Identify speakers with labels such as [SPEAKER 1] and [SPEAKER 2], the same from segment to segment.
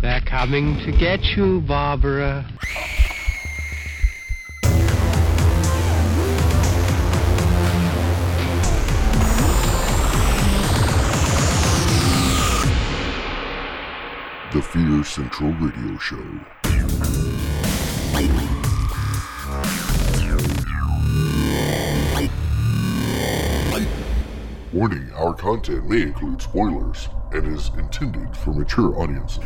[SPEAKER 1] They're coming to get you, Barbara.
[SPEAKER 2] The Fear Central Radio Show. Warning our content may include spoilers and is intended for mature audiences.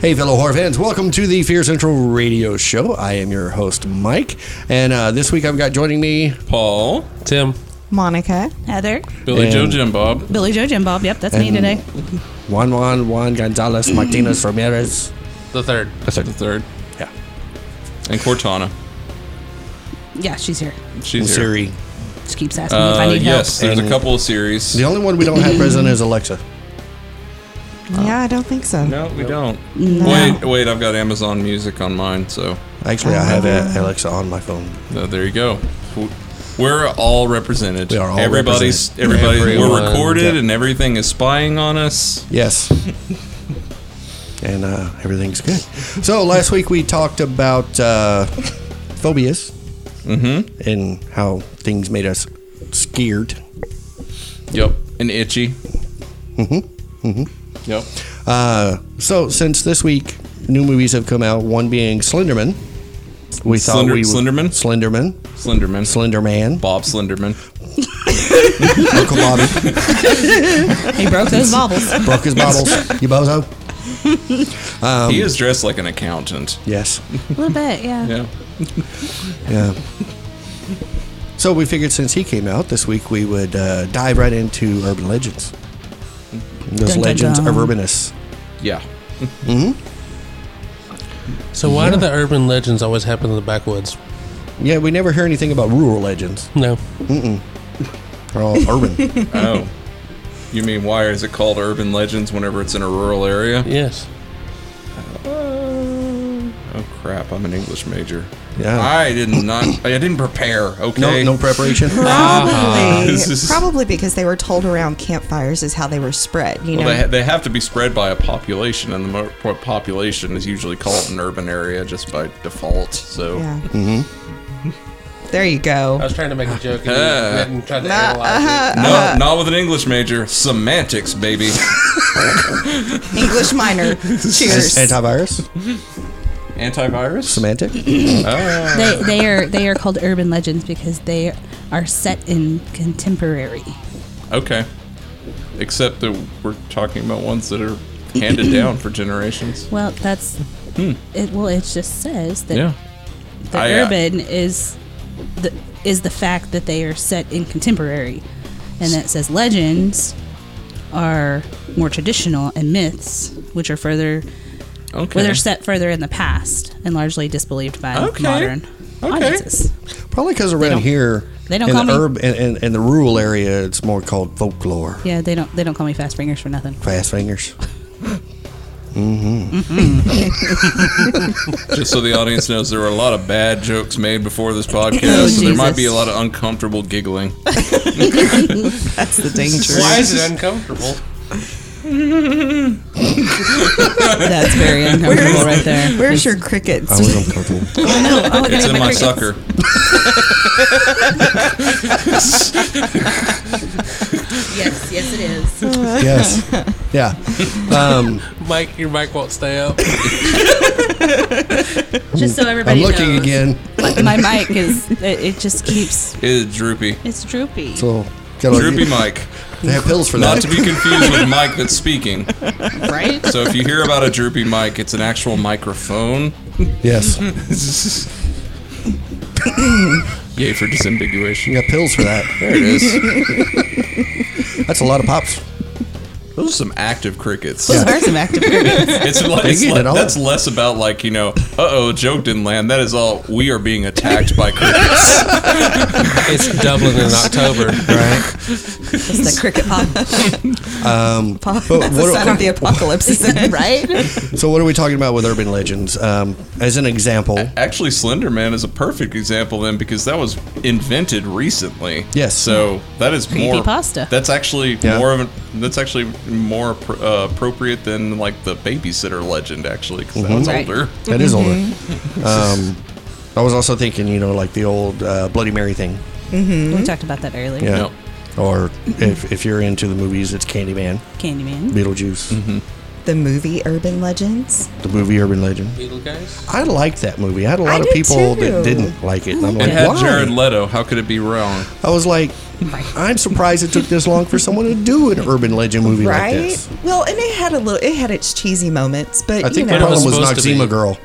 [SPEAKER 3] Hey, fellow horror fans, welcome to the Fear Central Radio Show. I am your host, Mike, and uh, this week I've got joining me.
[SPEAKER 4] Paul, Tim,
[SPEAKER 5] Monica,
[SPEAKER 6] Heather,
[SPEAKER 4] Billy
[SPEAKER 3] And-
[SPEAKER 4] Joe, Jim Bob.
[SPEAKER 6] Billy Joe Jim Bob. Yep, that's me
[SPEAKER 3] And-
[SPEAKER 6] today.
[SPEAKER 3] Juan Juan Juan Gonzalez Martinez Ramirez.
[SPEAKER 4] The third. The third. The third.
[SPEAKER 3] Yeah,
[SPEAKER 4] And Cortana.
[SPEAKER 6] Yeah, she's here.
[SPEAKER 3] and
[SPEAKER 4] She's here.
[SPEAKER 3] Siri.
[SPEAKER 6] She keeps asking me if I
[SPEAKER 4] Uh,
[SPEAKER 6] need
[SPEAKER 4] yes, there's a
[SPEAKER 3] And-
[SPEAKER 4] couple of series.
[SPEAKER 3] The only one we don't have present is Alexa.
[SPEAKER 5] Yeah, I don't think so.
[SPEAKER 4] No, we don't. Wait, wait, I've got Amazon Music on mine, so
[SPEAKER 3] Actually, I have uh, Alexa on my phone.
[SPEAKER 4] uh, there you go. W- We're all represented.
[SPEAKER 3] We are all
[SPEAKER 4] everybody's
[SPEAKER 3] represented.
[SPEAKER 4] everybody
[SPEAKER 7] Everyone.
[SPEAKER 4] we're recorded
[SPEAKER 3] Yeah.
[SPEAKER 4] and everything is spying on us.
[SPEAKER 3] Yes. and uh, everything's good. So last week we talked about uh, phobias mm-hmm. and how things made us scared.
[SPEAKER 4] Yep. And itchy. Mm-hmm. Mm-hmm. Yep.
[SPEAKER 3] Uh, so since this week, new movies have come out. One being Slenderman. We thought
[SPEAKER 4] Slender-
[SPEAKER 3] we would,
[SPEAKER 4] Slenderman?
[SPEAKER 3] Slenderman,
[SPEAKER 4] Slenderman.
[SPEAKER 3] Slenderman,
[SPEAKER 4] Bob Slenderman.
[SPEAKER 3] Uncle Bobby
[SPEAKER 6] He broke those baubles.
[SPEAKER 3] broke his bottles. You bozo.
[SPEAKER 4] he is dressed like an accountant.
[SPEAKER 3] Yes.
[SPEAKER 6] A little bit, yeah.
[SPEAKER 4] Yeah.
[SPEAKER 3] Yeah. So we figured since he came out this week, we would uh, dive right into urban legends. Those
[SPEAKER 6] dun,
[SPEAKER 3] legends
[SPEAKER 6] dun.
[SPEAKER 3] of urbanists.
[SPEAKER 4] Yeah.
[SPEAKER 7] So why do the urban legends always happen in the backwoods?
[SPEAKER 3] Yeah, we never hear anything about rural legends.
[SPEAKER 7] No,
[SPEAKER 3] They're all urban.
[SPEAKER 4] Oh. You mean why is it called urban legends whenever it's in a rural area?
[SPEAKER 7] yes,
[SPEAKER 4] Oh crap, I'm an English major.
[SPEAKER 3] Yeah.
[SPEAKER 4] I did not I didn't prepare,
[SPEAKER 3] No,
[SPEAKER 4] okay?
[SPEAKER 3] no preparation.
[SPEAKER 5] Probably,
[SPEAKER 4] This is-
[SPEAKER 5] probably because they were told around campfires is how they were spread. You
[SPEAKER 4] Well,
[SPEAKER 5] know,
[SPEAKER 4] they, ha- they have to be spread by a population, and the mo- po- population is usually called an urban area just by default. So,
[SPEAKER 5] yeah.
[SPEAKER 3] Mm-hmm.
[SPEAKER 5] There you
[SPEAKER 7] I
[SPEAKER 5] go.
[SPEAKER 7] was trying to make a joke and,
[SPEAKER 4] Uh.
[SPEAKER 7] you and tried to analyze
[SPEAKER 5] uh-huh.
[SPEAKER 7] it.
[SPEAKER 4] no, not with an English major. Semantics, baby.
[SPEAKER 5] English minor. Cheers.
[SPEAKER 3] Antivirus,
[SPEAKER 4] Antivirus.
[SPEAKER 3] semantic.
[SPEAKER 6] They, they are they are called urban legends because they are set in contemporary.
[SPEAKER 4] Okay. Except that we're talking about ones that are handed down for generations.
[SPEAKER 6] Well, that's it. Well, it just says that the
[SPEAKER 4] Hmm. I, uh,
[SPEAKER 6] urban is the is the fact that they are set in contemporary, and then it says legends are more traditional and myths, which are further
[SPEAKER 4] Okay.
[SPEAKER 6] where they're set further in the past and largely disbelieved by
[SPEAKER 4] Okay.
[SPEAKER 6] modern
[SPEAKER 4] Okay.
[SPEAKER 6] audiences.
[SPEAKER 3] Probably because around here,
[SPEAKER 6] they don't
[SPEAKER 3] in
[SPEAKER 6] call
[SPEAKER 3] the
[SPEAKER 6] me-
[SPEAKER 3] urban in, in, in the rural area, it's more called folklore.
[SPEAKER 6] Yeah, they don't they don't call me fast fingers for nothing.
[SPEAKER 3] Fast fingers.
[SPEAKER 4] Just so the audience knows, there were a lot of bad jokes made before this podcast. so there might be a
[SPEAKER 6] Jesus.
[SPEAKER 4] lot of uncomfortable giggling.
[SPEAKER 5] That's the danger.
[SPEAKER 7] Why is it uncomfortable?
[SPEAKER 6] That's very uncomfortable right there. Oh,
[SPEAKER 5] Where's your crickets?
[SPEAKER 3] I was uncomfortable.
[SPEAKER 4] It's in my sucker.
[SPEAKER 6] Yes, yes it
[SPEAKER 3] yes.
[SPEAKER 6] is.
[SPEAKER 3] Yeah. Um,
[SPEAKER 7] Mike, your mic won't stay up.
[SPEAKER 6] Just so
[SPEAKER 3] I'm
[SPEAKER 6] everybody
[SPEAKER 3] looking again.
[SPEAKER 6] My, my mic is it, it just keeps
[SPEAKER 4] It is droopy.
[SPEAKER 6] it's droopy.
[SPEAKER 3] So, gotta-
[SPEAKER 4] Droopy Mike.
[SPEAKER 3] They have pills for that.
[SPEAKER 4] Not to be confused with Mike that's speaking.
[SPEAKER 6] Right?
[SPEAKER 4] So if you hear about a droopy mic, it's an actual microphone.
[SPEAKER 3] yes.
[SPEAKER 4] Yay for
[SPEAKER 3] You
[SPEAKER 4] disambiguation.
[SPEAKER 3] got pills for that.
[SPEAKER 4] There it is.
[SPEAKER 3] That's a lot of pops.
[SPEAKER 4] Those are some active crickets.
[SPEAKER 5] Those are some active crickets.
[SPEAKER 4] It's, like, it's
[SPEAKER 3] get
[SPEAKER 4] like-
[SPEAKER 3] it all.
[SPEAKER 4] that's less about like you know, uh oh, joke didn't land. That is all. We are being attacked by crickets.
[SPEAKER 7] It's Dublin in October.
[SPEAKER 3] Right.
[SPEAKER 5] It's the cricket pop.
[SPEAKER 3] Um,
[SPEAKER 5] pop.
[SPEAKER 3] But what-
[SPEAKER 5] That's the sign of the apocalypse, isn't it? right?
[SPEAKER 3] so, what are we talking about with urban legends? Um, as an example,
[SPEAKER 4] Actually, Slender Man is a perfect example then because that was invented recently.
[SPEAKER 3] Yes.
[SPEAKER 4] So that is more.
[SPEAKER 6] Creepypasta.
[SPEAKER 4] That's actually
[SPEAKER 3] Yeah.
[SPEAKER 4] more of an. That's actually more appro- uh, appropriate than like the babysitter legend actually because that was
[SPEAKER 5] Right.
[SPEAKER 6] Mm-hmm.
[SPEAKER 4] older.
[SPEAKER 3] That is
[SPEAKER 5] Mm-hmm.
[SPEAKER 3] older. Um, I was also thinking, you know, like the old uh, Bloody Mary thing.
[SPEAKER 6] We talked about that earlier.
[SPEAKER 3] Yeah.
[SPEAKER 4] Yep.
[SPEAKER 3] Or if, if you're into the movies, it's Candyman,
[SPEAKER 6] Candyman.
[SPEAKER 3] Beetlejuice,
[SPEAKER 4] Mm-hmm.
[SPEAKER 5] The movie Urban Legends.
[SPEAKER 3] the movie Urban Legend.
[SPEAKER 7] Beetle guys?
[SPEAKER 3] I liked that movie. I had a
[SPEAKER 5] I
[SPEAKER 3] lot of
[SPEAKER 5] did
[SPEAKER 3] people
[SPEAKER 5] too.
[SPEAKER 3] that didn't like it. And I'm
[SPEAKER 4] It
[SPEAKER 3] like,
[SPEAKER 4] had
[SPEAKER 3] why?
[SPEAKER 4] Jared Leto. How could it be wrong?
[SPEAKER 3] I was like, I'm surprised it took this long for someone to do an urban legend movie like
[SPEAKER 5] Right?
[SPEAKER 3] this.
[SPEAKER 5] well, and it had a little, it had its cheesy moments, but
[SPEAKER 3] I think
[SPEAKER 5] you
[SPEAKER 3] the
[SPEAKER 5] know.
[SPEAKER 3] problem
[SPEAKER 7] It
[SPEAKER 3] was
[SPEAKER 7] was supposed to
[SPEAKER 3] Noxzema
[SPEAKER 7] be-
[SPEAKER 3] Girl.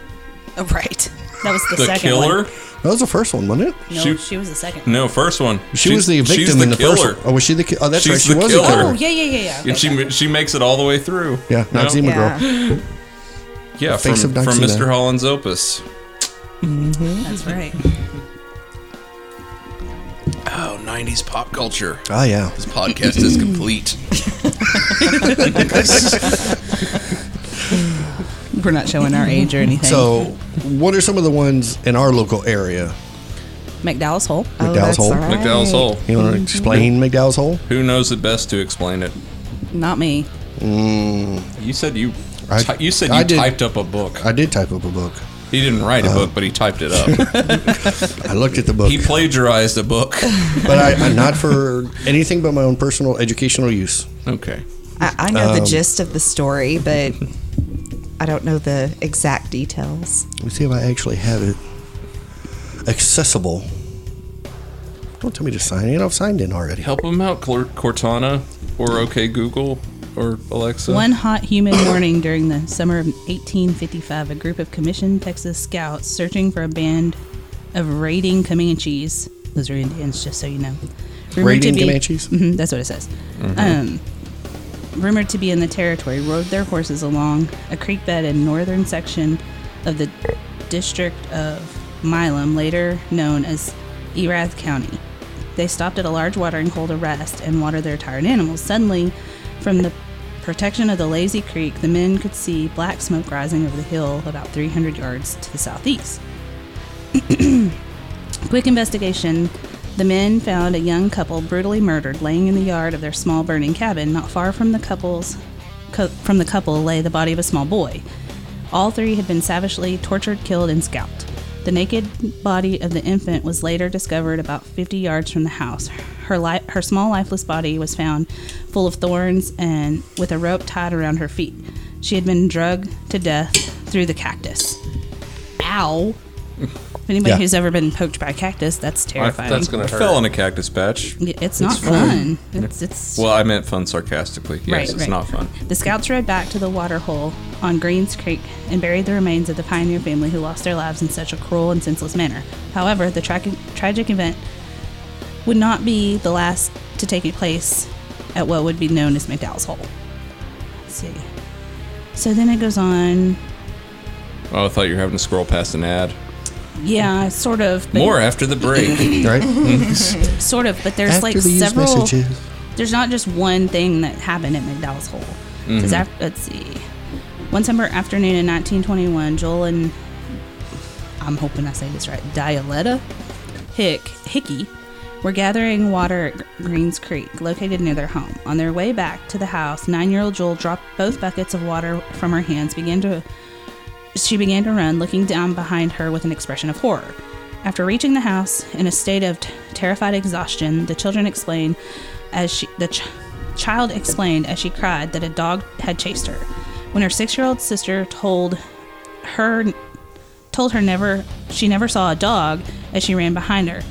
[SPEAKER 6] Oh, right. That was the,
[SPEAKER 4] The
[SPEAKER 6] second
[SPEAKER 4] killer?
[SPEAKER 6] one.
[SPEAKER 3] That was the first one, wasn't it?
[SPEAKER 6] No,
[SPEAKER 4] She-
[SPEAKER 6] she, was the second.
[SPEAKER 4] No, first one.
[SPEAKER 3] She
[SPEAKER 4] She's-
[SPEAKER 3] was the victim
[SPEAKER 4] she's the
[SPEAKER 3] in the
[SPEAKER 4] killer.
[SPEAKER 3] first. One. Oh, was she the? Ki- oh, that's
[SPEAKER 4] She's
[SPEAKER 3] right. She
[SPEAKER 4] the
[SPEAKER 3] was
[SPEAKER 4] killer.
[SPEAKER 3] a killer.
[SPEAKER 6] Oh, yeah, yeah, yeah, yeah.
[SPEAKER 4] And she ma- she makes it all the way through.
[SPEAKER 3] Yeah,
[SPEAKER 4] You know?
[SPEAKER 3] Noxzema
[SPEAKER 5] Oh, Yeah.
[SPEAKER 3] Girl.
[SPEAKER 4] Yeah, from,
[SPEAKER 3] face
[SPEAKER 4] from
[SPEAKER 3] of Noxzema.
[SPEAKER 4] Mr. Holland's opus.
[SPEAKER 6] That's right.
[SPEAKER 4] Oh, 90s pop culture.
[SPEAKER 3] Oh yeah.
[SPEAKER 4] This podcast is complete.
[SPEAKER 6] We're not showing our age or anything.
[SPEAKER 3] So, what are some of the ones in our local area?
[SPEAKER 6] McDowell's Hole.
[SPEAKER 5] Oh,
[SPEAKER 3] McDowell's
[SPEAKER 5] that's
[SPEAKER 3] Hole.
[SPEAKER 5] all right. Mm-hmm.
[SPEAKER 4] McDowell's Hole.
[SPEAKER 3] You want to explain McDowell's Hole?
[SPEAKER 4] Who knows it best to explain it?
[SPEAKER 6] Not me.
[SPEAKER 4] You said you
[SPEAKER 3] I-
[SPEAKER 4] ty- you said
[SPEAKER 3] I
[SPEAKER 4] you
[SPEAKER 3] did-
[SPEAKER 4] typed up a book.
[SPEAKER 3] I Uh-huh. did type up a book.
[SPEAKER 4] he didn't write a book, but he typed it up.
[SPEAKER 3] I looked at the book,
[SPEAKER 4] he plagiarized a book.
[SPEAKER 3] but I, I not for anything but my own personal educational use.
[SPEAKER 4] Okay.
[SPEAKER 5] I, I know the gist of the story, but I don't know the exact details.
[SPEAKER 3] Let me see if I actually have it accessible. Don't tell me to sign in. I've signed in already.
[SPEAKER 4] Help him out, Cor- Cortana or OK Google or Alexa.
[SPEAKER 6] One hot, humid morning during the summer of 1855, a group of commissioned Texas scouts searching for a band of raiding Comanches. Those are Indians, just so you know. Rumored to
[SPEAKER 3] Raiding
[SPEAKER 6] be-
[SPEAKER 3] Comanches?
[SPEAKER 6] Mhm, that's what it says. Um, rumored to be in the territory, rode their horses along a creek bed in northern section of the district of Milam, later known as Erath County. They stopped at a large watering hole to rest and water their tired animals. Suddenly, from the protection of the lazy creek, the men could see black smoke rising over the hill about 300 yards to the southeast. Quick investigation the men found a young couple brutally murdered laying in the yard of their small burning cabin. Not far from the couple's co- from the couple lay the body of a small boy. All three had been savagely tortured, killed, and scalped. The naked body of the infant was later discovered about 50 yards from the house. Her, li- her small, lifeless body was found full of thorns and with a rope tied around her feet. She had been drugged to death through the cactus. Ow! If anybody
[SPEAKER 3] Yeah.
[SPEAKER 6] who's ever been poked by a cactus, that's
[SPEAKER 4] I,
[SPEAKER 6] terrifying.
[SPEAKER 7] That's gonna
[SPEAKER 4] I
[SPEAKER 7] hurt.
[SPEAKER 4] fell in a cactus patch.
[SPEAKER 6] Y- It's not fun. It's it's
[SPEAKER 4] Well, I meant fun sarcastically. Yes,
[SPEAKER 6] Right,
[SPEAKER 4] it's
[SPEAKER 6] right.
[SPEAKER 4] not fun.
[SPEAKER 6] the scouts rode back to the water hole on Green's Creek and buried the remains of the pioneer family who lost their lives in such a cruel and senseless manner. However, the tragic tragic event would not be the last to take place at what would be known as McDowell's Hole. Let's see. So then it goes on.
[SPEAKER 4] Oh, I thought you were having to scroll past an ad.
[SPEAKER 6] Yeah, sort of. But
[SPEAKER 4] More after the break.
[SPEAKER 3] Right?
[SPEAKER 6] Sort of, but there's
[SPEAKER 3] After
[SPEAKER 6] like
[SPEAKER 3] these
[SPEAKER 6] several.
[SPEAKER 3] messages.
[SPEAKER 6] There's not just one thing that happened at McDowell's Hole. 'Cause af- let's see. One summer afternoon in 1921, Joel and I'm hoping I say this right, Dialetta Hick Hickey were gathering water at Gr- Greens Creek, located near their home. On their way back to the house, nine-year-old Joel dropped both buckets of water from her hands, began to she began to run, looking down behind her with an expression of horror. After reaching the house in a state of t- terrified exhaustion, the children explained as she the ch- child explained as she cried that a dog had chased her. When her 6-year-old sister told her told her never she never saw a dog as she ran behind her.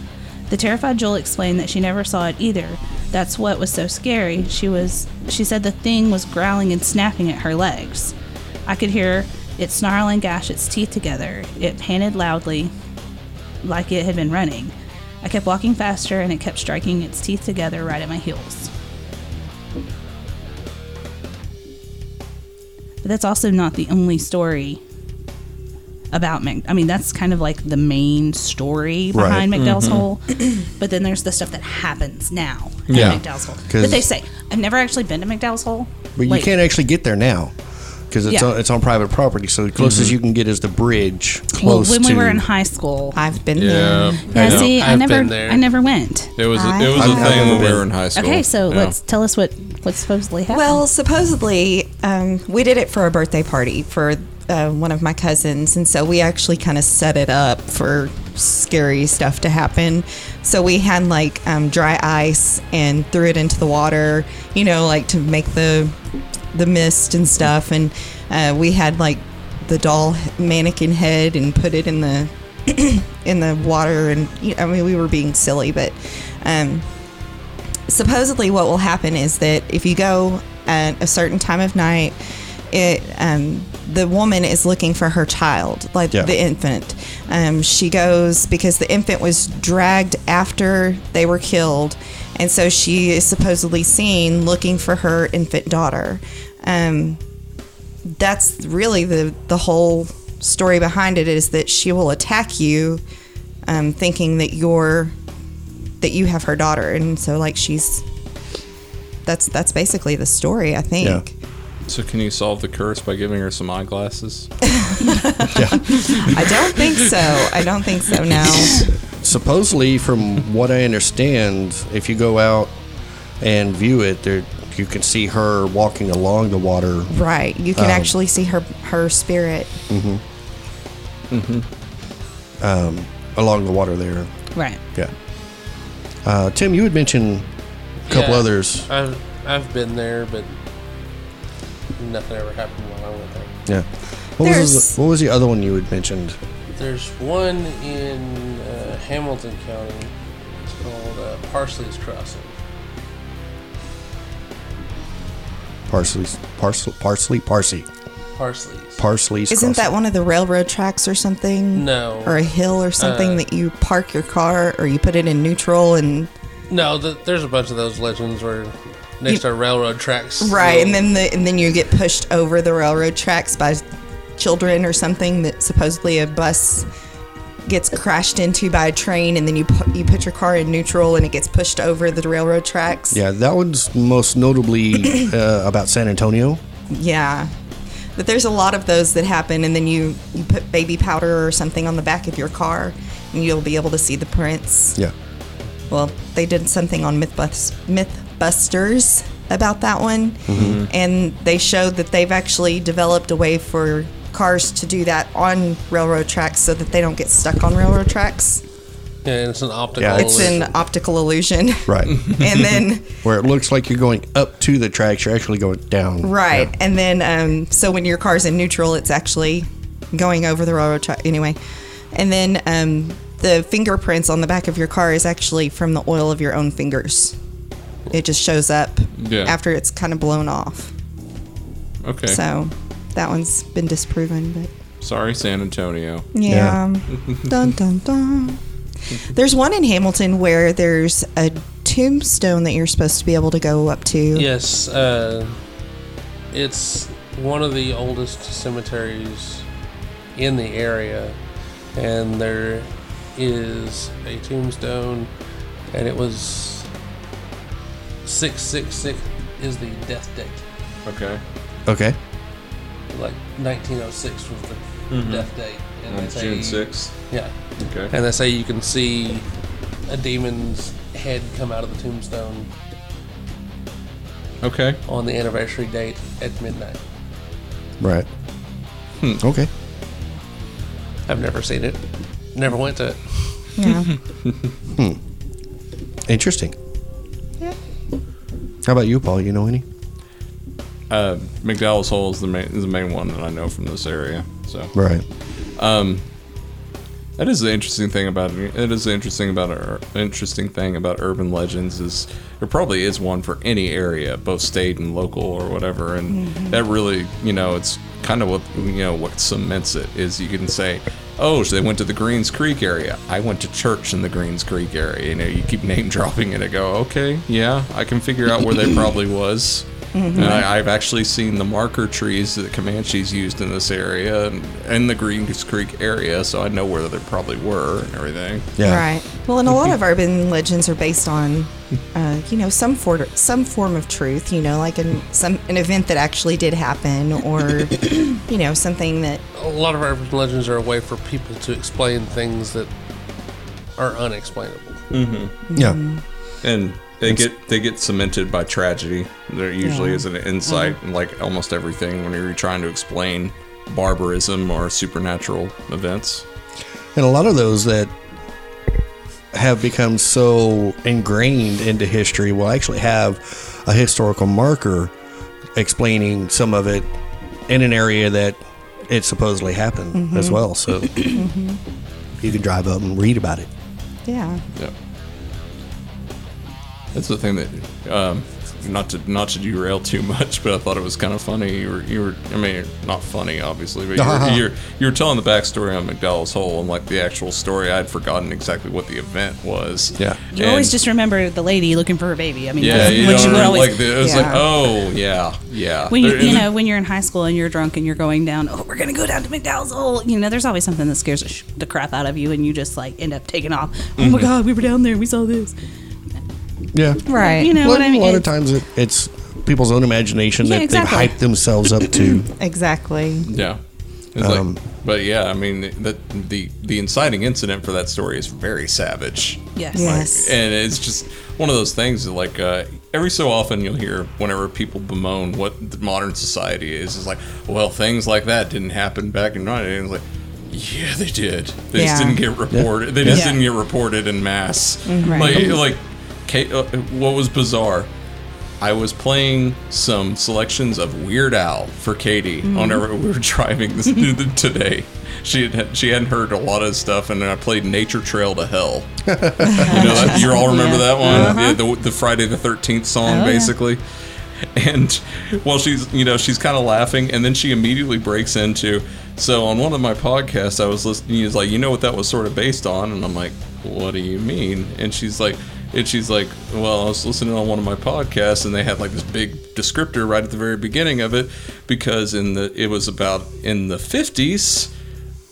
[SPEAKER 6] The terrified Joel explained that she never saw it either. That's what was so scary. She was she said the thing was growling and snapping at her legs. I could hear it snarl and gash its teeth together. It panted loudly like it had been running. I kept walking faster and it kept striking its teeth together right at my heels. But that's also not the only story about Mac. I mean, that's kind of like the main story
[SPEAKER 3] Right. Mm-hmm.
[SPEAKER 6] behind McDowell's Hole. But then there's the stuff that happens now at
[SPEAKER 4] Yeah.
[SPEAKER 6] McDowell's Hole.
[SPEAKER 3] 'Cause-
[SPEAKER 6] But they say, I've never actually been to McDowell's Hole.
[SPEAKER 3] But you
[SPEAKER 6] Like,
[SPEAKER 3] can't actually get there now. because it's
[SPEAKER 6] Yeah.
[SPEAKER 3] on, it's on private property. So the closest you can get is the bridge.
[SPEAKER 6] Well,
[SPEAKER 3] Close
[SPEAKER 6] when we
[SPEAKER 3] to-
[SPEAKER 6] were in high school.
[SPEAKER 5] I've been
[SPEAKER 4] Yeah.
[SPEAKER 5] there.
[SPEAKER 6] yeah,
[SPEAKER 4] Yeah.
[SPEAKER 6] see, I
[SPEAKER 7] I've
[SPEAKER 6] never,
[SPEAKER 7] been there.
[SPEAKER 6] I never went.
[SPEAKER 4] It was
[SPEAKER 5] I-
[SPEAKER 4] it was a
[SPEAKER 5] I've
[SPEAKER 4] thing
[SPEAKER 3] never
[SPEAKER 4] when we
[SPEAKER 3] been.
[SPEAKER 4] were in high school.
[SPEAKER 6] Okay, so
[SPEAKER 4] Yeah.
[SPEAKER 6] let's tell us what what supposedly happened.
[SPEAKER 5] Well, supposedly, um, we did it for a birthday party for uh, one of my cousins. And so we actually kind of set it up for scary stuff to happen. So we had like um, dry ice and threw it into the water, you know, like to make the, the mist and stuff. And uh, we had like the doll mannequin head and put it in the in the water and you know, I mean we were being silly but um, supposedly what will happen is that if you go at a certain time of night it um, the woman is looking for her child like
[SPEAKER 3] Yeah.
[SPEAKER 5] the infant um, she goes because the infant was dragged after they were killed and so she is supposedly seen looking for her infant daughter um, that's really the the whole story behind it is that she will attack you um, thinking that you're that you have her daughter and so like she's that's that's basically the story i think
[SPEAKER 3] Yeah.
[SPEAKER 4] So can you solve the curse by giving her some eyeglasses?
[SPEAKER 5] i don't think so i don't think so no
[SPEAKER 3] supposedly, from what I understand, if you go out and view it, there you can see her walking along the water.
[SPEAKER 5] right you can
[SPEAKER 3] Um,
[SPEAKER 5] actually see her her spirit
[SPEAKER 3] Along the water there,
[SPEAKER 6] right.
[SPEAKER 3] yeah. Uh, Tim, you had mentioned a couple
[SPEAKER 7] Yeah.
[SPEAKER 3] others.
[SPEAKER 7] I've I've been there, but nothing ever happened while I went there.
[SPEAKER 3] Yeah. What was,
[SPEAKER 5] There's-
[SPEAKER 3] the, what was the other one you had mentioned?
[SPEAKER 7] There's one in uh, Hamilton County. It's called uh, Parsley's Crossing.
[SPEAKER 3] Parsley, parsley, parsley, parsley,
[SPEAKER 7] Parsley's.
[SPEAKER 3] parsley's.
[SPEAKER 5] isn't that
[SPEAKER 3] crossing.
[SPEAKER 5] one of the railroad tracks or something
[SPEAKER 7] No.
[SPEAKER 5] or a hill or something
[SPEAKER 7] Uh,
[SPEAKER 5] that you park your car or you put it in neutral and
[SPEAKER 7] no, th there's a bunch of those legends where next to railroad tracks.
[SPEAKER 5] Right, and
[SPEAKER 7] they'll-
[SPEAKER 5] then the and then you get pushed over the railroad tracks by children or something that supposedly a bus gets crashed into by a train, and then you pu- you put your car in neutral and it gets pushed over the railroad tracks.
[SPEAKER 3] Yeah, that one's most notably uh, about San Antonio.
[SPEAKER 5] Yeah. But there's a lot of those that happen, and then you, you put baby powder or something on the back of your car, and you'll be able to see the prints.
[SPEAKER 3] Yeah.
[SPEAKER 5] Well, they did something on Mythbus- Mythbusters about that one, and they showed that they've actually developed a way for cars to do that on railroad tracks so that they don't get stuck on railroad tracks.
[SPEAKER 7] Yeah, and it's an optical.
[SPEAKER 3] Yeah,
[SPEAKER 5] It's uh, an optical illusion.
[SPEAKER 3] Right.
[SPEAKER 5] and then
[SPEAKER 3] Where it looks like you're going up to the tracks, you're actually going down.
[SPEAKER 5] Right. And then, um, so when your car's in neutral, it's actually going over the railroad track anyway. And then um, the fingerprints on the back of your car is actually from the oil of your own fingers. It just shows up
[SPEAKER 4] Yeah.
[SPEAKER 5] after it's kind of blown off.
[SPEAKER 4] Okay.
[SPEAKER 5] So that one's been disproven, but
[SPEAKER 4] Sorry, San Antonio.
[SPEAKER 5] yeah. dun dun dun. There's one in Hamilton where there's a tombstone that you're supposed to be able to go up to.
[SPEAKER 7] Yes, uh, it's one of the oldest cemeteries in the area, and there is a tombstone, and it was six six six is the death date,
[SPEAKER 4] Okay.
[SPEAKER 3] Okay.
[SPEAKER 7] like nineteen oh six was the death date, and
[SPEAKER 4] Mm-hmm. On
[SPEAKER 7] they say-
[SPEAKER 4] Um, June sixth.
[SPEAKER 7] Yeah,
[SPEAKER 4] Okay.
[SPEAKER 7] and they say you can see a demon's head come out of the tombstone
[SPEAKER 4] Okay.
[SPEAKER 7] on the anniversary date at midnight.
[SPEAKER 3] Right. Okay.
[SPEAKER 7] I've never seen it. Never went to it.
[SPEAKER 5] Yeah.
[SPEAKER 3] Interesting. How about you, Paul? You know any?
[SPEAKER 4] Uh, McDowell's Hole is the main is the main one that I know from this area. So
[SPEAKER 3] Right.
[SPEAKER 4] That is the interesting thing about it. It is the interesting about our interesting thing about urban legends is there probably is one for any area, both state and local or whatever. And that really, you know, it's kind of what you know what cements it is. You can say, "Oh, so they went to the Greens Creek area. I went to church in the Greens Creek area." You know, you keep name dropping it. I go, "Okay, yeah, I can figure out where they probably was." And I, I've actually seen the marker trees that Comanches used in this area and in the Greens Creek area, so I know where they probably were and everything.
[SPEAKER 3] Yeah.
[SPEAKER 5] Right. Well, and a lot of urban legends are based on uh, you know, some for, some form of truth. You know, like an some an event that actually did happen, or you know, something that
[SPEAKER 7] A lot of urban legends are a way for people to explain things that are unexplainable.
[SPEAKER 3] Yeah.
[SPEAKER 5] Mm-hmm.
[SPEAKER 4] and they get they get cemented by tragedy. There usually
[SPEAKER 5] Yeah.
[SPEAKER 4] is an insight in like almost everything when you're trying to explain barbarism or supernatural events.
[SPEAKER 3] And a lot of those that have become so ingrained into history will actually have a historical marker explaining some of it in an area that it supposedly happened
[SPEAKER 6] Mm-hmm.
[SPEAKER 3] as well. So you can drive up and read about it.
[SPEAKER 5] yeah,
[SPEAKER 4] Yeah. That's the thing that, um, not to not to derail too much, but I thought it was kind of funny. You were, you were I mean, not funny, obviously, but you were, you, were, you were telling the backstory on McDowell's Hole and like the actual story. I'd forgotten exactly what the event was.
[SPEAKER 3] Yeah.
[SPEAKER 6] You always
[SPEAKER 4] And-
[SPEAKER 6] just remember the lady looking for her baby. I mean,
[SPEAKER 4] yeah,
[SPEAKER 6] that's
[SPEAKER 4] you
[SPEAKER 6] what
[SPEAKER 4] don't
[SPEAKER 6] you would
[SPEAKER 4] remember,
[SPEAKER 6] always.
[SPEAKER 4] like the, it was like
[SPEAKER 5] Yeah.
[SPEAKER 4] oh yeah yeah.
[SPEAKER 6] when you,
[SPEAKER 4] There-
[SPEAKER 6] you know when you're in high school and you're drunk and you're going down, oh, we're gonna go down to McDowell's. Oh, you know, there's always something that scares the sh- the crap out of you, and you just like end up taking off. Oh
[SPEAKER 4] Mm-hmm.
[SPEAKER 6] my god, we were down there, we saw this.
[SPEAKER 3] Yeah.
[SPEAKER 5] right.
[SPEAKER 6] You know
[SPEAKER 3] Well,
[SPEAKER 6] what I mean?
[SPEAKER 3] A lot of
[SPEAKER 6] It-
[SPEAKER 3] times it, it's people's own imagination
[SPEAKER 6] Yeah,
[SPEAKER 3] that
[SPEAKER 6] exactly.
[SPEAKER 3] they've hyped themselves up to.
[SPEAKER 5] exactly.
[SPEAKER 4] Yeah. It's
[SPEAKER 3] Um,
[SPEAKER 4] like, but yeah, I mean, the, the the inciting incident for that story is very savage.
[SPEAKER 6] Yes.
[SPEAKER 5] Yes.
[SPEAKER 4] and it's just one of those things that like uh, every so often you'll hear whenever people bemoan what the modern society is is like well things like that didn't happen back in 90 and it's like yeah they did they just
[SPEAKER 5] Yeah.
[SPEAKER 4] didn't get reported they just
[SPEAKER 6] Yeah.
[SPEAKER 4] didn't get reported in mass
[SPEAKER 5] Mm-hmm. Right.
[SPEAKER 4] like like Ka- uh, what was bizarre I was playing some selections of Weird Al for Katie
[SPEAKER 6] Mm.
[SPEAKER 4] on our, we were driving this today. She had, she hadn't heard a lot of stuff, and then I played Nature Trail to Hell. you know, that, you all remember
[SPEAKER 6] Yeah.
[SPEAKER 4] that one, yeah, the, the Friday the Thirteenth song,
[SPEAKER 6] Uh-huh. Oh, yeah.
[SPEAKER 4] basically. And well, she's you know she's kind of laughing, and then she immediately breaks into. So on one of my podcasts, I was listening. He's like, you know what that was sort of based on, and I'm like, what do you mean? And she's like, and she's like, well, I was listening on one of my podcasts, and they had like this big descriptor right at the very beginning of it, because in the it was about in the 50s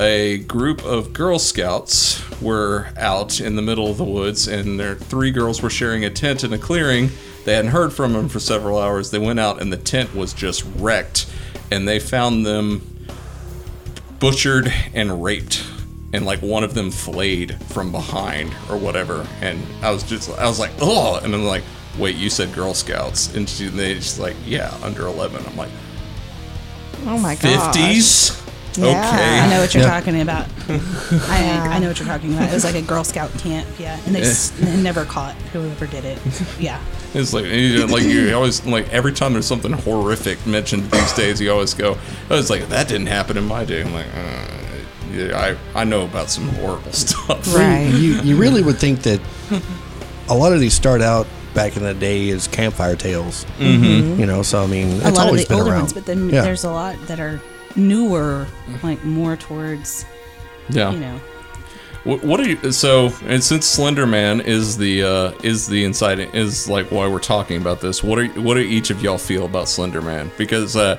[SPEAKER 4] a group of Girl Scouts were out in the middle of the woods, and their three girls were sharing a tent in a clearing. They hadn't heard from them for several hours. They went out, and the tent was just wrecked, and they found them butchered and raped, and like one of them flayed from behind or whatever. And I was just, I was like, oh, and I'm like, wait, you said Girl Scouts, and she, they just like, yeah, under 11. I'm like,
[SPEAKER 5] Oh my god.
[SPEAKER 4] 50s.
[SPEAKER 5] Yeah.
[SPEAKER 4] Okay.
[SPEAKER 6] I know what you're
[SPEAKER 3] Yeah.
[SPEAKER 6] talking about. I, I know what you're talking about. It was like a Girl Scout camp, yeah, and they, s- they never caught whoever did it. Yeah,
[SPEAKER 4] It's like you know, like you always like every time there's something horrific mentioned these days, you always go, "I was like that didn't happen in my day." I'm like, uh, yeah, I I know about some horrible stuff.
[SPEAKER 5] Right.
[SPEAKER 3] you, you really would think that a lot of these start out back in the day as campfire tales. Mm-hmm. You know, so I mean, it's
[SPEAKER 6] a lot of
[SPEAKER 3] always
[SPEAKER 6] the
[SPEAKER 3] been
[SPEAKER 6] older
[SPEAKER 3] around.
[SPEAKER 6] ones, but then
[SPEAKER 3] Yeah.
[SPEAKER 6] there's a lot that are newer, like more towards
[SPEAKER 4] Yeah.
[SPEAKER 6] you know.
[SPEAKER 4] What, what are you? So, and since Slender Man is the uh, is the inciting is like why we're talking about this. What are what do each of y'all feel about Slender Man? Because uh,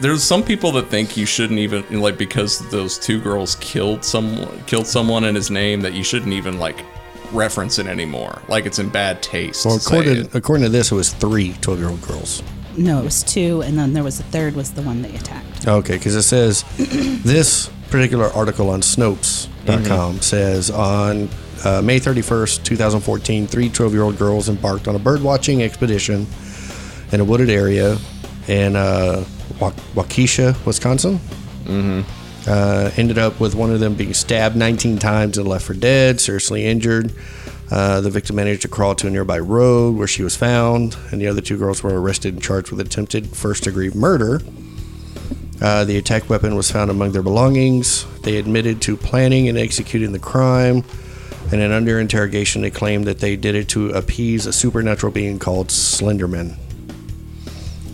[SPEAKER 4] there's some people that think you shouldn't even like because those two girls killed someone killed someone in his name that you shouldn't even like reference it anymore. Like it's in bad taste.
[SPEAKER 3] Well,
[SPEAKER 4] to say
[SPEAKER 3] according,
[SPEAKER 4] it.
[SPEAKER 3] according to this, it was three 12 year old girls.
[SPEAKER 6] No, it was two, and then there was the third was the one they attacked.
[SPEAKER 3] Okay, because it says this particular article on Snopes.com says on uh, May 31st, 2014, three 12 year old girls embarked on a birdwatching expedition in a wooded area in uh, Wa- Waukesha, Wisconsin. Uh, ended up with one of them being stabbed 19 times and left for dead, seriously injured. Uh, the victim managed to crawl to a nearby road where she was found, and the other two girls were arrested and charged with attempted first degree murder. Uh, the attack weapon was found among their belongings. They admitted to planning and executing the crime. And in under interrogation, they claimed that they did it to appease a supernatural being called Slenderman,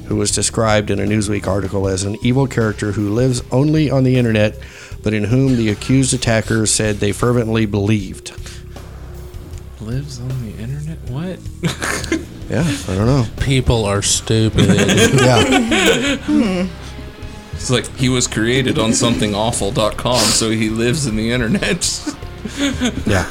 [SPEAKER 3] who was described in a Newsweek article as an evil character who lives only on the internet, but in whom the accused attackers said they fervently believed.
[SPEAKER 4] lives on the internet. What?
[SPEAKER 3] Yeah, I don't know.
[SPEAKER 7] People are stupid.
[SPEAKER 3] Yeah,
[SPEAKER 4] It's like he was created on somethingawful.com, so he lives in the internet.
[SPEAKER 3] yeah.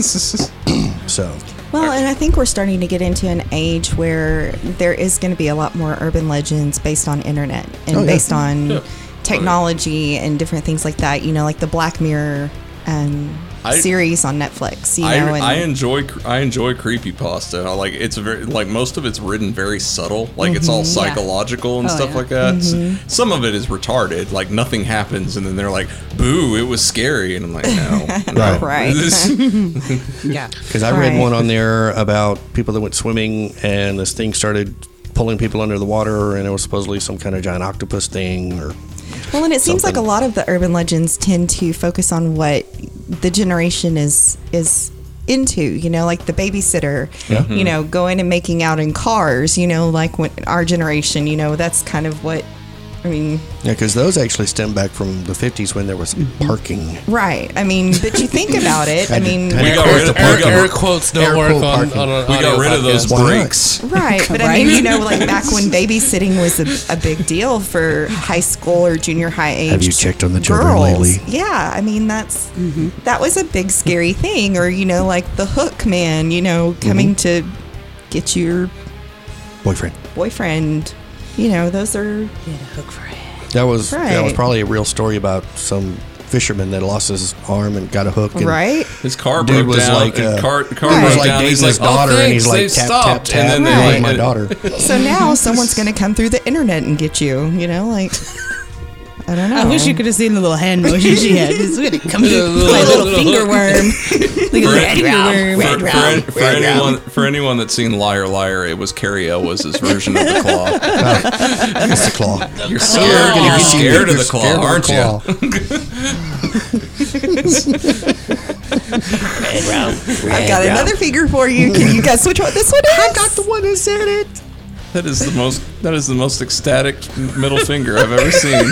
[SPEAKER 3] So,
[SPEAKER 5] Well, and I think we're starting to get into an age where there is going to be a lot more urban legends based on internet and
[SPEAKER 3] Oh, yeah.
[SPEAKER 5] based on
[SPEAKER 4] Yeah.
[SPEAKER 5] technology and different things like that. You know, like the Black Mirror um,
[SPEAKER 4] I-
[SPEAKER 5] series on Netflix. You know,
[SPEAKER 4] I,
[SPEAKER 5] and
[SPEAKER 4] I enjoy cr- I enjoy creepy pasta. Like it's very like most of it's written very subtle. Like it's all
[SPEAKER 3] Mm-hmm.
[SPEAKER 4] psychological and
[SPEAKER 6] Oh,
[SPEAKER 4] stuff
[SPEAKER 6] yeah.
[SPEAKER 4] like that. S- Some of it is retarded. Like nothing happens, and then they're like, "Boo, it was scary," and I'm like, "No, no.
[SPEAKER 5] Right.
[SPEAKER 4] This-
[SPEAKER 6] Yeah.
[SPEAKER 3] Because I read
[SPEAKER 5] Right.
[SPEAKER 3] one on there about people that went swimming and this thing started pulling people under the water and it was supposedly some kind of giant octopus thing or
[SPEAKER 5] Well, and it seems like a
[SPEAKER 3] something.
[SPEAKER 5] lot of the urban legends tend to focus on what the generation is is into. You know, like the babysitter. You know, going and making out in cars. You know, like when our generation. You know, that's kind of what. I mean,
[SPEAKER 3] yeah because those actually stem back from the 50s when there was parking
[SPEAKER 5] right? Mm-hmm. I mean, but you think about it. I
[SPEAKER 3] Had to-
[SPEAKER 5] mean,
[SPEAKER 3] had to
[SPEAKER 4] We got
[SPEAKER 3] close
[SPEAKER 4] rid
[SPEAKER 3] the
[SPEAKER 4] of- we
[SPEAKER 7] Air,
[SPEAKER 3] parking
[SPEAKER 4] got-
[SPEAKER 7] air quotes don't
[SPEAKER 3] Air
[SPEAKER 7] work
[SPEAKER 3] quote
[SPEAKER 7] on,
[SPEAKER 3] parking.
[SPEAKER 7] on an
[SPEAKER 4] we got
[SPEAKER 7] audio
[SPEAKER 4] rid of those
[SPEAKER 7] podcast.
[SPEAKER 3] Why not?
[SPEAKER 4] breaks.
[SPEAKER 5] right? But I mean, you know, like back when babysitting was a, a big deal for high school or junior high age.
[SPEAKER 3] Have you checked on the children
[SPEAKER 5] girls.
[SPEAKER 3] lately?
[SPEAKER 5] Yeah, I mean, that's that was a big scary thing, or you know, like the hook man, you know,
[SPEAKER 3] Mm-hmm.
[SPEAKER 5] coming to get your
[SPEAKER 3] boyfriend
[SPEAKER 5] boyfriend. You know, those are
[SPEAKER 6] Get a hook for it.
[SPEAKER 3] that was that was
[SPEAKER 5] Right.
[SPEAKER 3] probably a real story about some fisherman that lost his arm and got a hook and
[SPEAKER 5] right.
[SPEAKER 4] His car
[SPEAKER 3] dude
[SPEAKER 4] broke
[SPEAKER 3] was
[SPEAKER 4] down.
[SPEAKER 3] like
[SPEAKER 4] and
[SPEAKER 3] uh,
[SPEAKER 4] car car
[SPEAKER 3] dude was
[SPEAKER 4] broke
[SPEAKER 3] like
[SPEAKER 4] down.
[SPEAKER 3] dating
[SPEAKER 4] He's
[SPEAKER 3] his
[SPEAKER 4] like, "Oh,
[SPEAKER 3] daughter and he's
[SPEAKER 4] thanks,
[SPEAKER 3] like
[SPEAKER 4] they
[SPEAKER 3] tap tap
[SPEAKER 4] stopped."
[SPEAKER 3] tap
[SPEAKER 4] And
[SPEAKER 3] I
[SPEAKER 4] then
[SPEAKER 3] like
[SPEAKER 4] they
[SPEAKER 3] my
[SPEAKER 4] and-
[SPEAKER 3] daughter
[SPEAKER 5] So now someone's going to come through the internet and get you. You know, like I don't know.
[SPEAKER 6] I wish you could have seen the little hand motion she had. It's gonna come to
[SPEAKER 7] Yeah,
[SPEAKER 5] My
[SPEAKER 7] little-
[SPEAKER 5] little finger worm.
[SPEAKER 6] Look at
[SPEAKER 4] Red
[SPEAKER 6] that
[SPEAKER 4] For,
[SPEAKER 6] finger
[SPEAKER 4] for, an- for
[SPEAKER 6] worm.
[SPEAKER 4] anyone for anyone that's seen Liar Liar, it was Carrie Elwes' version of the claw.
[SPEAKER 3] that's the claw
[SPEAKER 4] You're scared,
[SPEAKER 3] gonna
[SPEAKER 4] you're
[SPEAKER 3] get you.
[SPEAKER 4] scared of
[SPEAKER 3] Oh, You're
[SPEAKER 4] the claw,
[SPEAKER 3] scared of the
[SPEAKER 4] aren't
[SPEAKER 3] claw.
[SPEAKER 4] you?
[SPEAKER 5] I've got another figure for you. Can you guess which one this one is? I got the one who said it.
[SPEAKER 4] That is the most. That is the most ecstatic middle finger I've ever seen.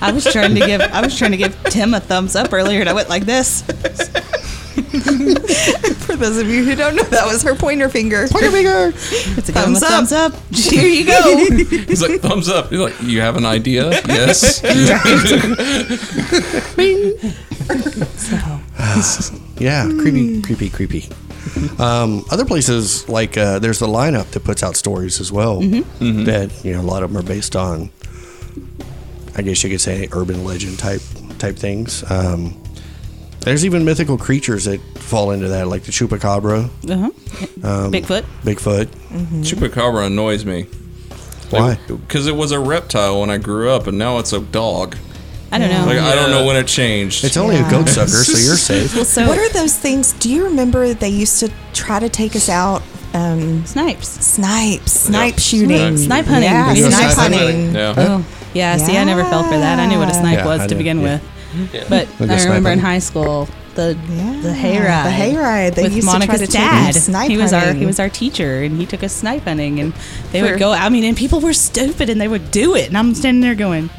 [SPEAKER 6] I was trying to give I was trying to give Tim a thumbs up earlier and I went like this.
[SPEAKER 5] For those of you who don't know, that was her pointer finger. Pointer finger.
[SPEAKER 6] It's a
[SPEAKER 5] Thumbs
[SPEAKER 6] thumbs,
[SPEAKER 5] up.
[SPEAKER 6] thumbs up. Here you go.
[SPEAKER 4] He's like thumbs up. He's like, you have an idea? Yes.
[SPEAKER 3] Yeah, creepy, creepy, creepy. Um, other places like uh, there's the lineup that puts out stories as well
[SPEAKER 4] Mm-hmm.
[SPEAKER 3] that you know a lot of them are based on. I guess you could say urban legend type type things. Um, there's even mythical creatures that fall into that, like the chupacabra,
[SPEAKER 6] Uh-huh. Bigfoot.
[SPEAKER 3] Bigfoot.
[SPEAKER 4] Chupacabra annoys me
[SPEAKER 3] Why?
[SPEAKER 4] because it was a reptile when I grew up, and now it's a dog.
[SPEAKER 6] I don't know.
[SPEAKER 4] Like I don't know when it changed.
[SPEAKER 3] It's only a goat sucker, so you're safe.
[SPEAKER 6] well, so
[SPEAKER 5] What are those things? Do you remember they used to try to take us out? Um,
[SPEAKER 6] snipes.
[SPEAKER 5] snipes, snipe
[SPEAKER 4] Yeah.
[SPEAKER 5] shooting,
[SPEAKER 6] Snipe hunting.
[SPEAKER 5] Yeah,
[SPEAKER 6] They do
[SPEAKER 5] snipe,
[SPEAKER 6] snipe
[SPEAKER 5] hunting.
[SPEAKER 4] yeah.
[SPEAKER 6] Oh, yeah, See, I never fell for that. I knew what a snipe
[SPEAKER 3] Yeah,
[SPEAKER 6] was
[SPEAKER 3] I
[SPEAKER 6] to
[SPEAKER 3] did,
[SPEAKER 6] begin
[SPEAKER 3] yeah.
[SPEAKER 6] with. But
[SPEAKER 3] Like a
[SPEAKER 6] I remember in
[SPEAKER 3] sniper.
[SPEAKER 6] high school the
[SPEAKER 5] Yeah,
[SPEAKER 6] the hayride.
[SPEAKER 5] the hayride. They
[SPEAKER 6] with
[SPEAKER 5] used to try
[SPEAKER 6] Monica's
[SPEAKER 5] to take
[SPEAKER 6] dad.
[SPEAKER 5] us snipe
[SPEAKER 6] he was our he
[SPEAKER 5] hunting.
[SPEAKER 6] was our teacher, and he took us snipe hunting, and they
[SPEAKER 5] For-
[SPEAKER 6] would go. I mean, and people were stupid, and they would do it, and I'm standing there going,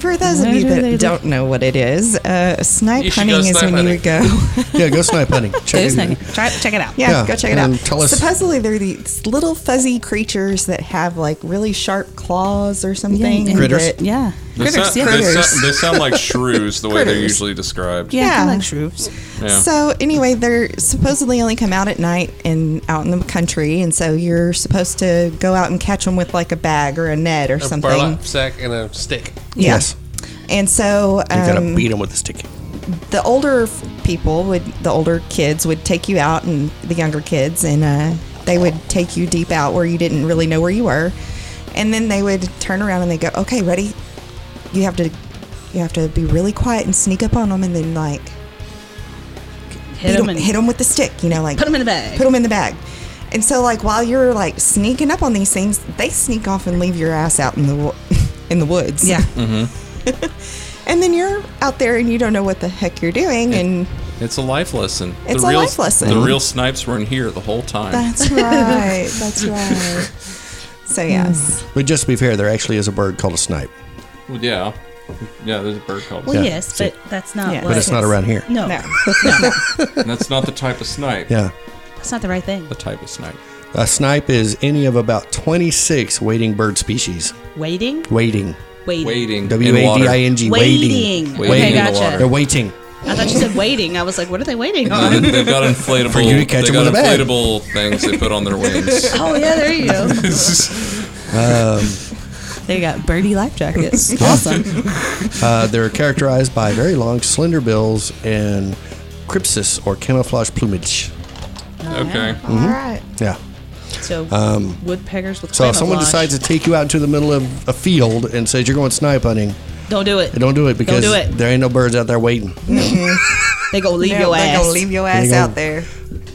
[SPEAKER 5] For those of
[SPEAKER 6] Where
[SPEAKER 5] you
[SPEAKER 6] do they
[SPEAKER 5] that
[SPEAKER 6] look?
[SPEAKER 5] don't know what it is, uh, snipe
[SPEAKER 7] You should
[SPEAKER 5] hunting
[SPEAKER 7] go
[SPEAKER 5] is
[SPEAKER 7] snipe
[SPEAKER 5] when you
[SPEAKER 7] hunting.
[SPEAKER 5] go.
[SPEAKER 3] Yeah, go snipe hunting. Check
[SPEAKER 6] "Who's
[SPEAKER 3] it out.
[SPEAKER 6] snipe- Try check it out."
[SPEAKER 5] yeah,
[SPEAKER 3] Yeah,
[SPEAKER 5] go check it
[SPEAKER 3] and
[SPEAKER 5] out.
[SPEAKER 3] tell us-
[SPEAKER 5] Supposedly they're these little fuzzy creatures that have like really sharp claws or something.
[SPEAKER 6] and-
[SPEAKER 3] Critters.
[SPEAKER 5] that-
[SPEAKER 6] Yeah.
[SPEAKER 4] They sound,
[SPEAKER 6] Critters, yeah.
[SPEAKER 4] they,
[SPEAKER 5] Critters.
[SPEAKER 4] sound, they sound like shrews the way they're
[SPEAKER 5] Critters.
[SPEAKER 4] usually described.
[SPEAKER 6] Yeah, kinda
[SPEAKER 5] Yeah.
[SPEAKER 6] like shrews.
[SPEAKER 4] Yeah.
[SPEAKER 5] So anyway, they're supposedly only come out at night and out in the country, and so you're supposed to go out and catch them with like a bag or a net or
[SPEAKER 7] A
[SPEAKER 5] something.
[SPEAKER 7] burlap sack and a stick.
[SPEAKER 5] Yeah.
[SPEAKER 3] Yes,
[SPEAKER 5] And so
[SPEAKER 3] you gotta
[SPEAKER 5] um,
[SPEAKER 3] beat them with a stick.
[SPEAKER 5] the older f- people would, the older kids would take you out, and the younger kids, and uh, they would take you deep out where you didn't really know where you were, and then they would turn around and they go, "Okay, ready? You have to, you have to be really quiet and sneak up on them, and then like
[SPEAKER 6] Hit
[SPEAKER 5] beat
[SPEAKER 6] them
[SPEAKER 5] 'em-
[SPEAKER 6] and
[SPEAKER 5] hit 'em with the stick, you know, like
[SPEAKER 6] Put 'em in the bag.
[SPEAKER 5] Put them in the bag. And so, like while you're like sneaking up on these things, they sneak off and leave your ass out in the wo- in the woods.
[SPEAKER 6] Yeah.
[SPEAKER 5] And then you're out there and you don't know what the heck you're doing, and
[SPEAKER 4] It's a life lesson.
[SPEAKER 5] It's a life lesson.
[SPEAKER 4] The real snipes were in here the whole time.
[SPEAKER 5] that's right, that's right. So
[SPEAKER 6] Mm.
[SPEAKER 5] yes,
[SPEAKER 3] But just to be fair, there actually is a bird called a snipe,
[SPEAKER 4] Well, yeah. Yeah, there's a bird called.
[SPEAKER 6] Well,
[SPEAKER 3] Yeah,
[SPEAKER 6] Oh, yes,
[SPEAKER 3] see.
[SPEAKER 6] but that's not
[SPEAKER 5] Yeah.
[SPEAKER 6] what.
[SPEAKER 3] but it's not around here.
[SPEAKER 6] Oh. no,
[SPEAKER 5] no,
[SPEAKER 4] And that's not the type of snipe.
[SPEAKER 3] Yeah.
[SPEAKER 6] that's not the right thing.
[SPEAKER 4] The type of snipe.
[SPEAKER 3] A snipe is any of about 26 wading bird species.
[SPEAKER 6] Waiting,
[SPEAKER 3] Wading.
[SPEAKER 6] waiting,
[SPEAKER 4] Wading. in
[SPEAKER 3] W A D I N G. Wading.
[SPEAKER 6] Waiting.
[SPEAKER 4] Waiting
[SPEAKER 6] Okay,
[SPEAKER 4] in the
[SPEAKER 6] gotcha.
[SPEAKER 4] water.
[SPEAKER 3] They're waiting.
[SPEAKER 6] I thought you said waiting. I was like, what are they waiting on?
[SPEAKER 4] They- They've got inflatable.
[SPEAKER 3] you to catch
[SPEAKER 4] they
[SPEAKER 3] 'em
[SPEAKER 4] got
[SPEAKER 3] with a bat.
[SPEAKER 4] inflatable things they put on their wings.
[SPEAKER 6] Oh yeah, there you go.
[SPEAKER 5] They got birdie life jackets. awesome.
[SPEAKER 3] Uh, they're characterized by very long, slender bills and crypsis or camouflage plumage.
[SPEAKER 4] okay.
[SPEAKER 5] All right.
[SPEAKER 3] Yeah.
[SPEAKER 6] So woodpeckers with
[SPEAKER 3] Um, So if someone
[SPEAKER 6] camouflage.
[SPEAKER 3] decides to take you out into the middle of a field and says you're going snipe hunting,
[SPEAKER 6] don't do it.
[SPEAKER 3] don't do it because
[SPEAKER 6] do it.
[SPEAKER 3] there ain't no birds out there waiting.
[SPEAKER 6] They go leave
[SPEAKER 5] They're-
[SPEAKER 6] your
[SPEAKER 5] they're
[SPEAKER 6] ass.
[SPEAKER 5] gonna leave your ass
[SPEAKER 3] go.
[SPEAKER 5] out there.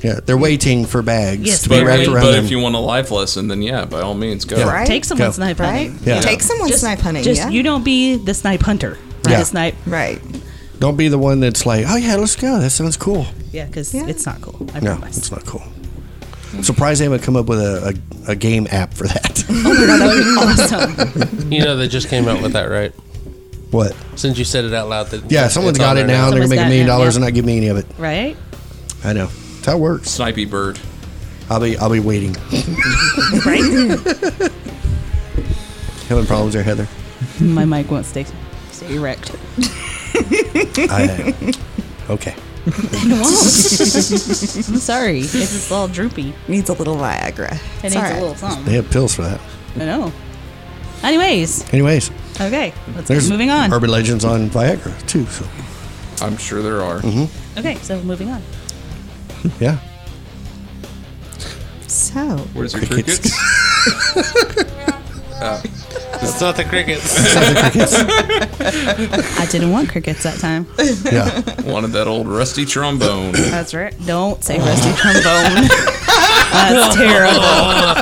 [SPEAKER 3] Yeah, they're waiting for bags
[SPEAKER 6] Yes,
[SPEAKER 3] to be
[SPEAKER 4] But,
[SPEAKER 6] they're
[SPEAKER 3] wrapped
[SPEAKER 6] waiting.
[SPEAKER 3] around
[SPEAKER 4] but
[SPEAKER 3] them.
[SPEAKER 4] if you want a life lesson, then yeah, by all means, go.
[SPEAKER 3] Yeah.
[SPEAKER 5] Right?
[SPEAKER 6] Take someone
[SPEAKER 3] Go.
[SPEAKER 6] snipe
[SPEAKER 5] Right?
[SPEAKER 6] hunting.
[SPEAKER 3] Yeah.
[SPEAKER 5] Take someone snipe hunting.
[SPEAKER 6] Just
[SPEAKER 5] yeah?
[SPEAKER 6] you don't be the snipe hunter. Right?
[SPEAKER 3] Yeah.
[SPEAKER 6] The snipe.
[SPEAKER 5] Right.
[SPEAKER 3] Don't be the one that's like, oh yeah, let's go. That sounds cool.
[SPEAKER 6] Yeah, because
[SPEAKER 5] Yeah.
[SPEAKER 6] it's not cool. I
[SPEAKER 3] No,
[SPEAKER 6] promise.
[SPEAKER 3] it's not cool. I'm surprised they haven't come up with a, a, a game app for that.
[SPEAKER 6] awesome.
[SPEAKER 7] You know they just came out with that, right?
[SPEAKER 3] what?
[SPEAKER 7] Since you said it out loud, that
[SPEAKER 3] Yeah, someone's
[SPEAKER 7] it's on
[SPEAKER 3] got it
[SPEAKER 7] there
[SPEAKER 3] now. and They're gonna
[SPEAKER 6] Someone's
[SPEAKER 3] make a
[SPEAKER 6] got
[SPEAKER 3] million
[SPEAKER 6] it now,
[SPEAKER 3] dollars
[SPEAKER 6] yeah.
[SPEAKER 3] and not give me any of it.
[SPEAKER 6] right?
[SPEAKER 3] I know. That's how it works.
[SPEAKER 4] Snipey bird.
[SPEAKER 3] I'll be I'll be waiting.
[SPEAKER 6] Right?
[SPEAKER 3] Having problems there, Heather.
[SPEAKER 6] My mic won't stay stay erect.
[SPEAKER 3] I okay.
[SPEAKER 6] It won't. I'm sorry. It's just all droopy.
[SPEAKER 5] Needs a little Viagra.
[SPEAKER 6] It
[SPEAKER 5] It's
[SPEAKER 6] needs
[SPEAKER 5] all
[SPEAKER 6] a
[SPEAKER 5] right.
[SPEAKER 6] little
[SPEAKER 3] They
[SPEAKER 6] something.
[SPEAKER 3] have pills for that.
[SPEAKER 6] I know. Anyways,
[SPEAKER 3] Anyways,
[SPEAKER 6] okay. Let's
[SPEAKER 3] there's
[SPEAKER 6] keep moving on.
[SPEAKER 3] Urban legends on Viagra too. So
[SPEAKER 4] I'm sure there are.
[SPEAKER 3] Mm-hmm.
[SPEAKER 6] Okay, so moving on.
[SPEAKER 3] yeah,
[SPEAKER 5] So,
[SPEAKER 4] Where's your Uh,
[SPEAKER 3] Crickets.
[SPEAKER 4] crickets?
[SPEAKER 7] It's not the crickets.
[SPEAKER 6] I didn't want crickets that time.
[SPEAKER 3] yeah.
[SPEAKER 4] Wanted that old rusty trombone.
[SPEAKER 6] That's right. Don't say rusty trombone. That's terrible.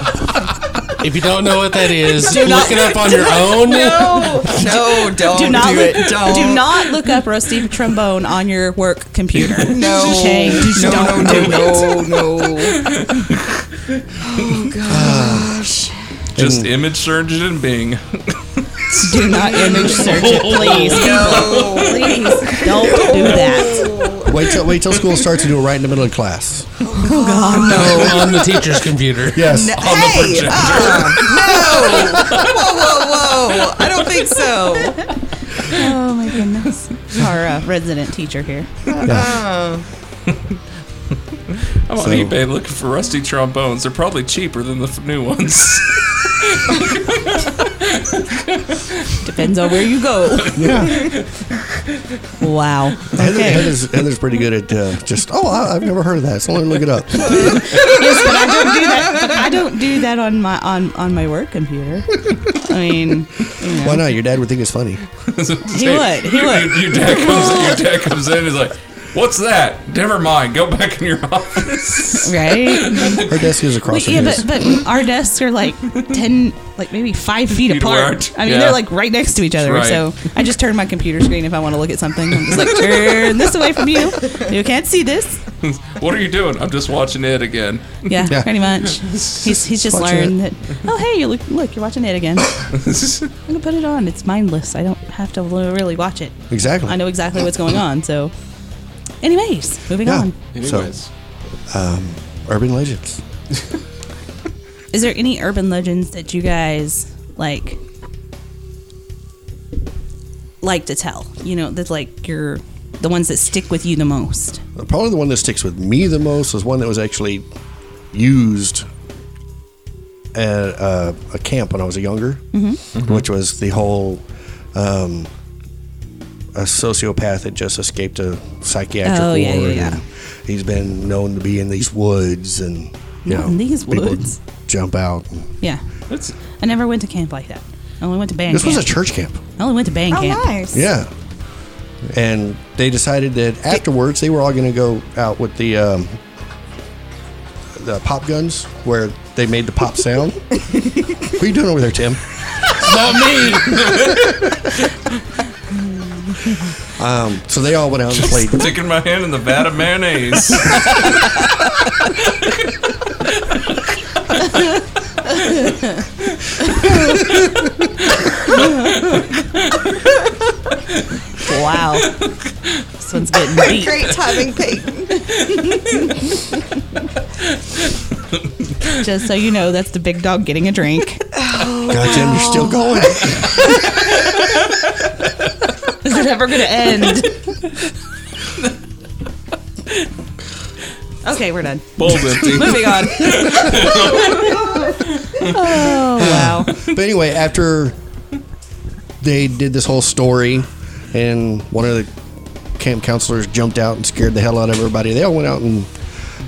[SPEAKER 7] if you don't know what that is, look it up on your own.
[SPEAKER 5] no, no, don't
[SPEAKER 6] Do not
[SPEAKER 5] do
[SPEAKER 6] look,
[SPEAKER 5] it. Don't.
[SPEAKER 6] do not look up rusty trombone on your work computer.
[SPEAKER 5] No.
[SPEAKER 6] Okay. Just
[SPEAKER 5] No,
[SPEAKER 6] don't
[SPEAKER 5] no,
[SPEAKER 6] do it.
[SPEAKER 5] no, no, no.
[SPEAKER 4] Just image surgeon and Bing.
[SPEAKER 6] Do not image search it, please. Please don't do that.
[SPEAKER 3] Wait till wait till school starts to do it right in the middle of class.
[SPEAKER 7] on the teacher's computer.
[SPEAKER 3] Yes.
[SPEAKER 5] Hey, uh, no. Whoa, whoa, whoa. I don't think so.
[SPEAKER 6] Oh my goodness. Our uh, resident teacher here.
[SPEAKER 4] I'm on eBay looking for rusty trombones. They're probably cheaper than the f- new ones.
[SPEAKER 6] Depends on where you go.
[SPEAKER 3] Yeah.
[SPEAKER 6] Wow.
[SPEAKER 3] Heather,
[SPEAKER 6] Okay.
[SPEAKER 3] Heather's, Heather's pretty good at uh, just oh I, I've never heard of that. So let me look it up.
[SPEAKER 6] Yes, but I don't do that. But I don't do that on my on on my work computer. I mean, you know.
[SPEAKER 3] Why not? Your dad would think it's funny.
[SPEAKER 4] he
[SPEAKER 6] would, he
[SPEAKER 4] Your,
[SPEAKER 6] would.
[SPEAKER 4] your dad comes. Your dad comes in. and He's like, "What's that? Never mind. Go back in your office."
[SPEAKER 6] right?
[SPEAKER 3] Her desk is across
[SPEAKER 6] Wait,
[SPEAKER 3] from
[SPEAKER 6] yeah,
[SPEAKER 3] his.
[SPEAKER 6] but, but our desks are like ten, like maybe five feet,
[SPEAKER 4] Feet
[SPEAKER 6] apart.
[SPEAKER 4] apart,
[SPEAKER 6] I mean,
[SPEAKER 4] yeah.
[SPEAKER 6] they're like right next to each other.
[SPEAKER 4] Right.
[SPEAKER 6] So I just turn my computer screen if I want to look at something. I'm just like, turn this away from you. You can't see this.
[SPEAKER 4] what are you doing? I'm just watching it again.
[SPEAKER 6] Yeah,
[SPEAKER 3] Yeah.
[SPEAKER 6] pretty much. He's he's just
[SPEAKER 3] Watching
[SPEAKER 6] learned that. Oh, hey, you look look, you're watching it again. I'm gonna put it on. It's mindless. I don't have to really watch it.
[SPEAKER 3] Exactly.
[SPEAKER 6] I know exactly what's going on. So, anyways, moving
[SPEAKER 3] Yeah. um,
[SPEAKER 6] on.
[SPEAKER 4] Anyways,
[SPEAKER 3] Urban legends.
[SPEAKER 6] Is there any urban legends that you guys like like to tell? You know, that's like your the ones that stick with you the most.
[SPEAKER 3] Probably the one that sticks with me the most is one that was actually used at uh, a camp when I was younger,
[SPEAKER 6] Mm-hmm.
[SPEAKER 3] which was the whole um, a sociopath that just escaped a psychiatric
[SPEAKER 6] Oh,
[SPEAKER 3] ward.
[SPEAKER 6] yeah, yeah, yeah.
[SPEAKER 3] and He's been known to be in these woods and you
[SPEAKER 6] Not
[SPEAKER 3] know
[SPEAKER 6] in these
[SPEAKER 3] people
[SPEAKER 6] woods.
[SPEAKER 3] jump out. and-
[SPEAKER 6] Yeah.
[SPEAKER 4] that's
[SPEAKER 6] I never went to camp like that. I only went to band
[SPEAKER 3] This
[SPEAKER 6] camp.
[SPEAKER 3] was a church camp.
[SPEAKER 6] I only went to band
[SPEAKER 5] Oh,
[SPEAKER 6] camp.
[SPEAKER 5] nice.
[SPEAKER 3] Yeah. And they decided that afterwards they were all going to go out with the um, the pop guns where they made the pop sound. what are you doing over there, Tim?
[SPEAKER 7] Not me.
[SPEAKER 3] So they all went out and played.
[SPEAKER 4] sticking my hand in the vat of mayonnaise.
[SPEAKER 6] Wow. this one's getting deep.
[SPEAKER 5] Great timing, Peyton.
[SPEAKER 6] Just so you know, that's the big dog getting a drink.
[SPEAKER 3] God, Tim, you're still going.
[SPEAKER 6] This is never gonna end. Okay, we're done.
[SPEAKER 4] Bowl's empty.
[SPEAKER 6] Moving on. oh wow.
[SPEAKER 3] But anyway, after they did this whole story, and one of the camp counselors jumped out and scared the hell out of everybody, they all went out and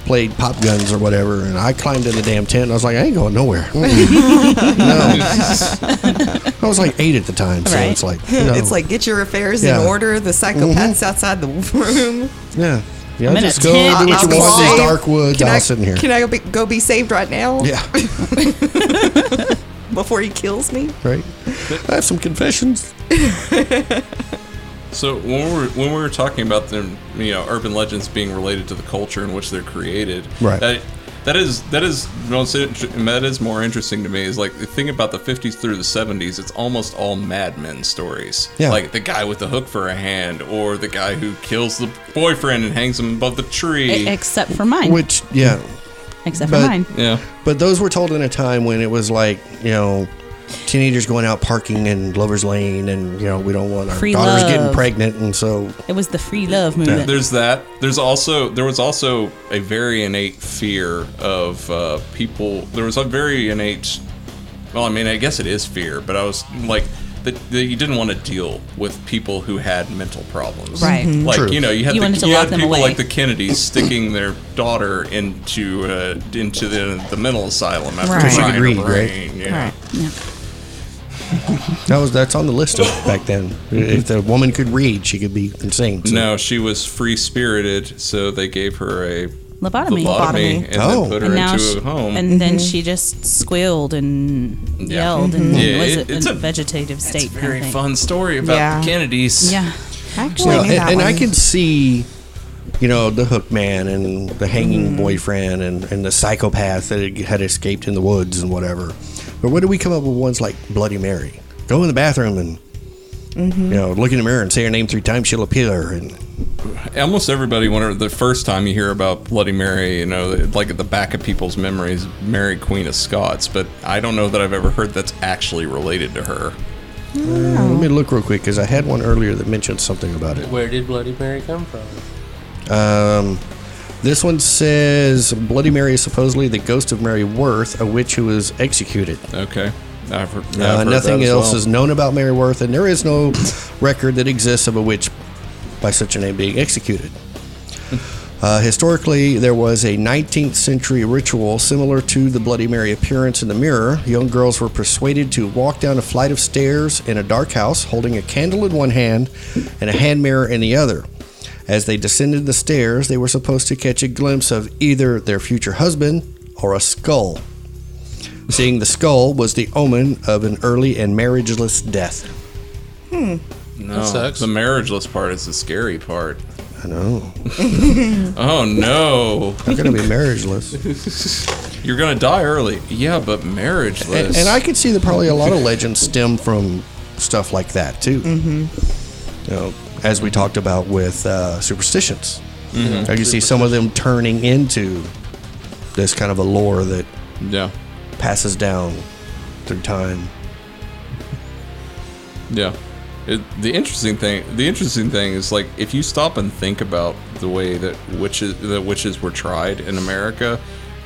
[SPEAKER 3] played pop guns or whatever. And I climbed in the damn tent. And I was like, I ain't going nowhere. Mm-mm. no, I was like eight at the time, so
[SPEAKER 5] Right.
[SPEAKER 3] it's like no.
[SPEAKER 5] It's like get your affairs
[SPEAKER 3] Yeah. Mm-hmm.
[SPEAKER 5] in order. The psychopath's outside the room.
[SPEAKER 3] yeah. Yeah,
[SPEAKER 6] I'm in a
[SPEAKER 3] just go
[SPEAKER 6] tent.
[SPEAKER 3] do what
[SPEAKER 5] I'll
[SPEAKER 3] you
[SPEAKER 5] be
[SPEAKER 3] want in these
[SPEAKER 5] saved.
[SPEAKER 3] dark woods.
[SPEAKER 5] Can
[SPEAKER 3] I'll
[SPEAKER 5] I-
[SPEAKER 3] sit in here.
[SPEAKER 5] Can I be, go be saved right now?
[SPEAKER 3] yeah,
[SPEAKER 5] Before he kills me.
[SPEAKER 3] right. I have some confessions.
[SPEAKER 4] So when we were when we were talking about them, you know, urban legends being related to the culture in which they're created,
[SPEAKER 3] Right.
[SPEAKER 4] That, that is that is most inter- that is more interesting to me. Is like the thing about the '50s through the '70s. It's almost all Mad Men stories,
[SPEAKER 3] Yeah.
[SPEAKER 4] Like the guy with the hook for a hand, or the guy who kills the boyfriend and hangs him above the tree.
[SPEAKER 6] E-, Except for mine.
[SPEAKER 3] Which, yeah,
[SPEAKER 6] Except
[SPEAKER 3] but-
[SPEAKER 6] for mine.
[SPEAKER 4] yeah,
[SPEAKER 3] But those were told in a time when it was like, you know, teenagers going out parking in Lover's Lane and, you know, we don't want our
[SPEAKER 6] Free
[SPEAKER 3] daughters
[SPEAKER 6] love.
[SPEAKER 3] getting pregnant. And so,
[SPEAKER 6] It was the free love movement.
[SPEAKER 4] There's that. There's also there was also a very innate fear of uh, people. There was a very innate. Well, I mean, I guess it is fear, but I was like that, that you didn't want to deal with people who had mental problems.
[SPEAKER 6] Right. Mhm.
[SPEAKER 4] Like
[SPEAKER 3] Mm-hmm. True.
[SPEAKER 4] you know you had
[SPEAKER 6] You
[SPEAKER 4] the,
[SPEAKER 6] wanted to
[SPEAKER 4] you
[SPEAKER 6] lock
[SPEAKER 4] had
[SPEAKER 6] them
[SPEAKER 4] people
[SPEAKER 6] away.
[SPEAKER 4] like the Kennedys sticking their daughter into uh, into the, the mental asylum after
[SPEAKER 5] Right.
[SPEAKER 4] she
[SPEAKER 5] She
[SPEAKER 3] could read, right?
[SPEAKER 4] Yeah.
[SPEAKER 6] Yeah.
[SPEAKER 3] that was that's on the list of back then. if the woman could read, she could be insane. So-
[SPEAKER 4] No, she was free spirited, so they gave her a
[SPEAKER 6] Lobotomy.
[SPEAKER 4] lobotomy and
[SPEAKER 3] Oh.
[SPEAKER 4] then put her
[SPEAKER 6] And now
[SPEAKER 4] into
[SPEAKER 6] she,
[SPEAKER 4] a home.
[SPEAKER 6] and then she just squealed and
[SPEAKER 4] Yeah. Mm-hmm.
[SPEAKER 6] yelled and
[SPEAKER 4] Yeah,
[SPEAKER 6] was
[SPEAKER 4] it- it's
[SPEAKER 6] in a
[SPEAKER 4] a-
[SPEAKER 6] vegetative state.
[SPEAKER 4] It's a
[SPEAKER 6] kind of
[SPEAKER 4] very
[SPEAKER 6] thing.
[SPEAKER 4] fun story about
[SPEAKER 5] Yeah.
[SPEAKER 4] the Kennedys.
[SPEAKER 6] Yeah.
[SPEAKER 5] I actually
[SPEAKER 3] Well,
[SPEAKER 5] knew that
[SPEAKER 3] and, and
[SPEAKER 5] one.
[SPEAKER 3] I can see, you know, the hook man and the hanging
[SPEAKER 6] Mm-hmm.
[SPEAKER 3] boyfriend and, and the psychopath that had- had escaped in the woods and whatever. But what do we come up with ones like Bloody Mary? Go in the bathroom and,
[SPEAKER 6] Mm-hmm.
[SPEAKER 3] you know, look in the mirror and say her name three times, she'll appear. And
[SPEAKER 4] Almost everybody, whenever the first time you hear about Bloody Mary, you know, like at the back of people's memories, Mary Queen of Scots. But I don't know that I've ever heard that's actually related to her.
[SPEAKER 3] Let me look real quick because I had one earlier that mentioned something about it.
[SPEAKER 7] Where did Bloody Mary come from?
[SPEAKER 3] Um, this one says Bloody Mary is supposedly the ghost of Mary Worth, a witch who was executed.
[SPEAKER 4] Okay. I've heard, I've
[SPEAKER 3] Uh,
[SPEAKER 4] heard
[SPEAKER 3] nothing
[SPEAKER 4] that as
[SPEAKER 3] else
[SPEAKER 4] well.
[SPEAKER 3] is known about Mary Worth, and there is no record that exists of a witch by such a name being executed. Uh, historically, there was a 19th century ritual similar to the Bloody Mary appearance in the mirror. Young girls were persuaded to walk down a flight of stairs in a dark house, holding a candle in one hand and a hand mirror in the other. As they descended the stairs, they were supposed to catch a glimpse of either their future husband or a skull. Seeing the skull was the omen of an early and marriageless death.
[SPEAKER 4] No,
[SPEAKER 7] That sucks.
[SPEAKER 4] The marriageless part is the scary part.
[SPEAKER 3] I know.
[SPEAKER 4] Oh no,
[SPEAKER 3] I'm going to be marriageless.
[SPEAKER 4] you're gonna die early. Yeah, but marriageless.
[SPEAKER 3] and, and I could see that probably a lot of legends stem from stuff like that too. Mm-hmm. You know, as we talked about with uh, superstitions,
[SPEAKER 4] Mm-hmm.
[SPEAKER 3] I could see some of them turning into this kind of a lore that
[SPEAKER 4] yeah,
[SPEAKER 3] passes down through time.
[SPEAKER 4] Yeah. It, the interesting thing, the interesting thing is like if you stop and think about the way that witches, that witches were tried in America,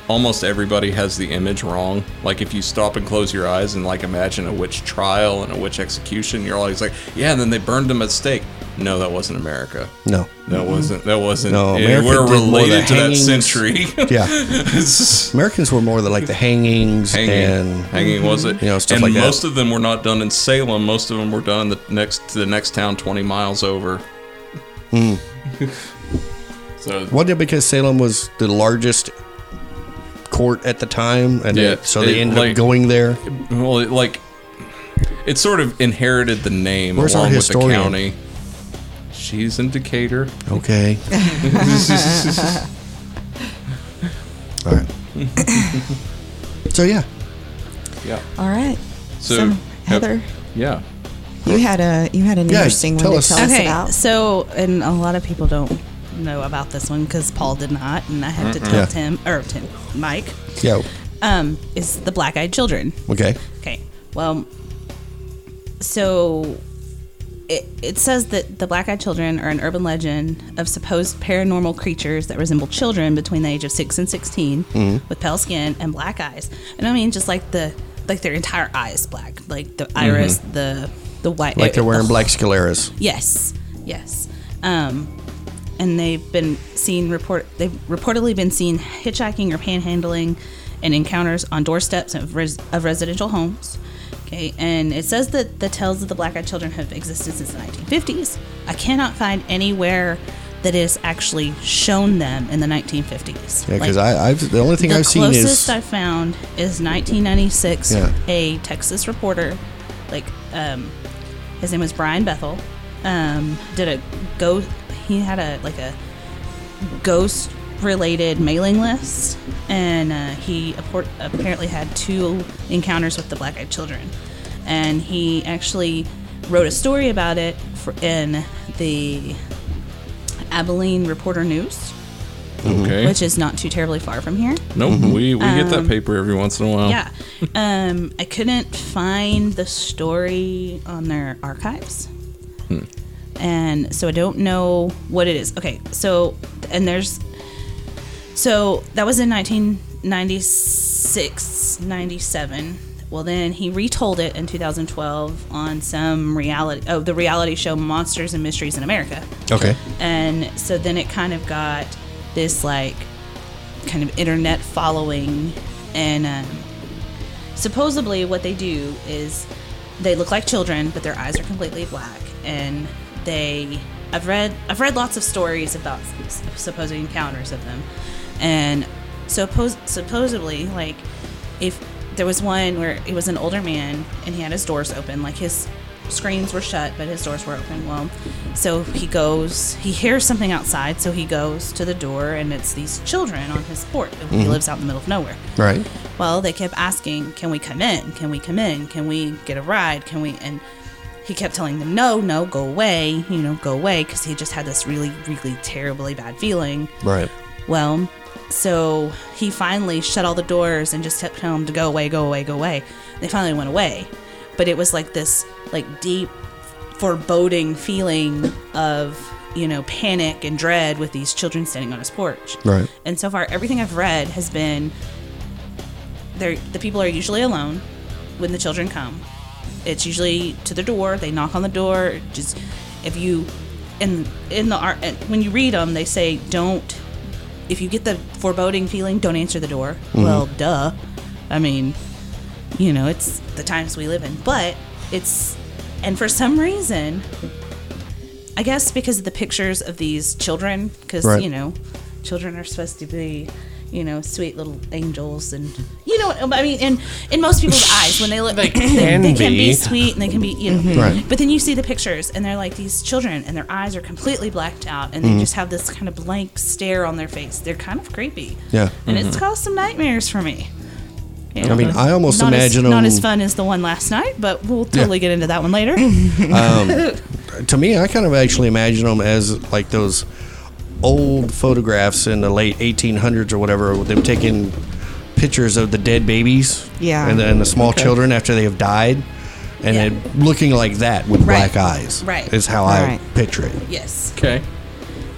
[SPEAKER 4] almost everybody has the image wrong. Like if you stop and close your eyes and like imagine a witch trial and a witch execution, you're always like, yeah, and then they burned them at stake. No, that wasn't America.
[SPEAKER 3] No,
[SPEAKER 4] That wasn't. That wasn't.
[SPEAKER 3] No,
[SPEAKER 4] eh,
[SPEAKER 3] America
[SPEAKER 4] we're
[SPEAKER 3] did more the
[SPEAKER 4] related to that
[SPEAKER 3] hangings.
[SPEAKER 4] century.
[SPEAKER 3] yeah,
[SPEAKER 4] It's-
[SPEAKER 3] Americans were more the, like the hangings
[SPEAKER 4] hanging,
[SPEAKER 3] and
[SPEAKER 4] hanging was it?
[SPEAKER 3] you know, stuff
[SPEAKER 4] and
[SPEAKER 3] like that.
[SPEAKER 4] most of them were not done in Salem. Most of them were done the next the next town, twenty miles over.
[SPEAKER 3] Hmm.
[SPEAKER 4] so
[SPEAKER 3] Wasn't it because Salem was the largest court at the time, and
[SPEAKER 4] Yeah,
[SPEAKER 3] it- so they
[SPEAKER 4] it,
[SPEAKER 3] ended
[SPEAKER 4] like-
[SPEAKER 3] up going there?
[SPEAKER 4] well, it, like it sort of inherited the name
[SPEAKER 3] Where's our
[SPEAKER 4] along with the
[SPEAKER 3] historian?
[SPEAKER 4] county. She's in Decatur.
[SPEAKER 3] Okay. All right. so yeah,
[SPEAKER 4] yeah.
[SPEAKER 5] All right.
[SPEAKER 4] So,
[SPEAKER 5] So,
[SPEAKER 4] yep.
[SPEAKER 5] Heather,
[SPEAKER 4] Yeah.
[SPEAKER 5] you had a you had an
[SPEAKER 3] Yeah,
[SPEAKER 5] interesting
[SPEAKER 3] tell
[SPEAKER 5] one
[SPEAKER 3] us.
[SPEAKER 5] to tell
[SPEAKER 6] Okay,
[SPEAKER 5] us
[SPEAKER 6] so and a lot of people don't know about this one because Paul did not, and I had to tell
[SPEAKER 3] Yeah.
[SPEAKER 6] Tim or Tim Mike
[SPEAKER 3] yeah,
[SPEAKER 6] um, is the Black Eyed Children.
[SPEAKER 3] okay,
[SPEAKER 6] Okay, well, so it, it says that the black eyed children are an urban legend of supposed paranormal creatures that resemble children between the age of 6 and 16
[SPEAKER 3] Mm-hmm.
[SPEAKER 6] with pale skin and black eyes. And I mean, just like the, like their entire eye is black, like the iris, the, the white.
[SPEAKER 3] Mm-hmm. Like they're wearing
[SPEAKER 6] the-
[SPEAKER 3] black scaleras.
[SPEAKER 6] Yes, yes. Um, and they've been seen report. They've reportedly been seen hitchhiking or panhandling, and encounters on doorsteps of, res- of residential homes. Okay, and it says that the tales of the black-eyed children have existed since the 1950s. I cannot find anywhere that is actually shown them in the 1950s.
[SPEAKER 3] Yeah, because
[SPEAKER 6] Like,
[SPEAKER 3] I I've the only thing
[SPEAKER 6] the
[SPEAKER 3] I've seen
[SPEAKER 6] closest
[SPEAKER 3] is
[SPEAKER 6] I found is 1996.
[SPEAKER 3] Yeah.
[SPEAKER 6] A Texas reporter, like um, his name was Brian Bethel, um, did a go. He had a like a ghost related mailing list, and uh, he appor- apparently had two encounters with the black eyed children. And he actually wrote a story about it for, in the Abilene Reporter News,
[SPEAKER 3] Mm-hmm.
[SPEAKER 4] Okay.
[SPEAKER 6] which is not too terribly far from here.
[SPEAKER 4] nope. We, we get that paper every once in a while.
[SPEAKER 6] Yeah. Um, I couldn't find the story on their archives. And so I don't know what it is. Okay. So, and there's, so that was in 1996, 97. Well, then he retold it in 2012 on some reality, oh, the reality show Monsters and Mysteries in America.
[SPEAKER 3] okay.
[SPEAKER 6] And so then it kind of got this like kind of internet following. And um, supposedly, what they do is they look like children, but their eyes are completely black. And they, I've read, I've read lots of stories about s- supposed encounters of them. And so pos- supposedly, like if there was one where it was an older man and he had his doors open, like his screens were shut, but his doors were open. Well, so he goes, he hears something outside, so he goes to the door, and it's these children on his porch. He lives out in the middle of nowhere.
[SPEAKER 3] Right.
[SPEAKER 6] Well, they kept asking, "Can we come in? Can we come in? Can we get a ride? Can we?" And he kept telling them, "No, no, go away. You know, go away," because he just had this really, really terribly bad feeling.
[SPEAKER 3] Right.
[SPEAKER 6] Well, so he finally shut all the doors and just kept telling them to go away, go away, go away. They finally went away, but it was like this, like deep, foreboding feeling of you know panic and dread with these children standing on his porch.
[SPEAKER 3] Right.
[SPEAKER 6] And so far, everything I've read has been they're, the people are usually alone when the children come. It's usually to the door. They knock on the door. Just if you in in the art when you read them, they say don't. If you get the foreboding feeling, don't answer the door. Well, duh. I mean, you know, it's the times we live in. But it's and for some reason, I guess because of the pictures of these children, because
[SPEAKER 3] Right.
[SPEAKER 6] you know, children are supposed to be, you know, sweet little angels, and you know, what I mean, in in most people's eyes, when they look, they
[SPEAKER 7] can
[SPEAKER 6] they can
[SPEAKER 7] be.
[SPEAKER 6] be sweet and they can be, you know,
[SPEAKER 3] Mm-hmm. Right.
[SPEAKER 6] but then you see the pictures and they're like these children, and their eyes are completely blacked out, and they
[SPEAKER 3] Mm-hmm.
[SPEAKER 6] just have this kind of blank stare on their face. They're kind of creepy,
[SPEAKER 3] Yeah. Mm-hmm.
[SPEAKER 6] and it's caused some nightmares for me. You
[SPEAKER 3] I mean,
[SPEAKER 6] know,
[SPEAKER 3] I almost
[SPEAKER 6] not
[SPEAKER 3] imagine
[SPEAKER 6] as, not
[SPEAKER 3] 'em-
[SPEAKER 6] as fun as the one last night, but we'll totally get into that one later.
[SPEAKER 3] Mm-hmm. to me, I kind of actually imagine them as like those old photographs in the late 1800s or whatever, with them taking pictures of the dead babies,
[SPEAKER 5] Yeah.
[SPEAKER 3] and the, and the small children after they have died, and
[SPEAKER 6] Yeah.
[SPEAKER 3] it looking like that with
[SPEAKER 6] Right.
[SPEAKER 3] black eyes,
[SPEAKER 6] Right.
[SPEAKER 3] is how I
[SPEAKER 5] Right.
[SPEAKER 3] picture it.
[SPEAKER 6] yes.
[SPEAKER 4] Okay.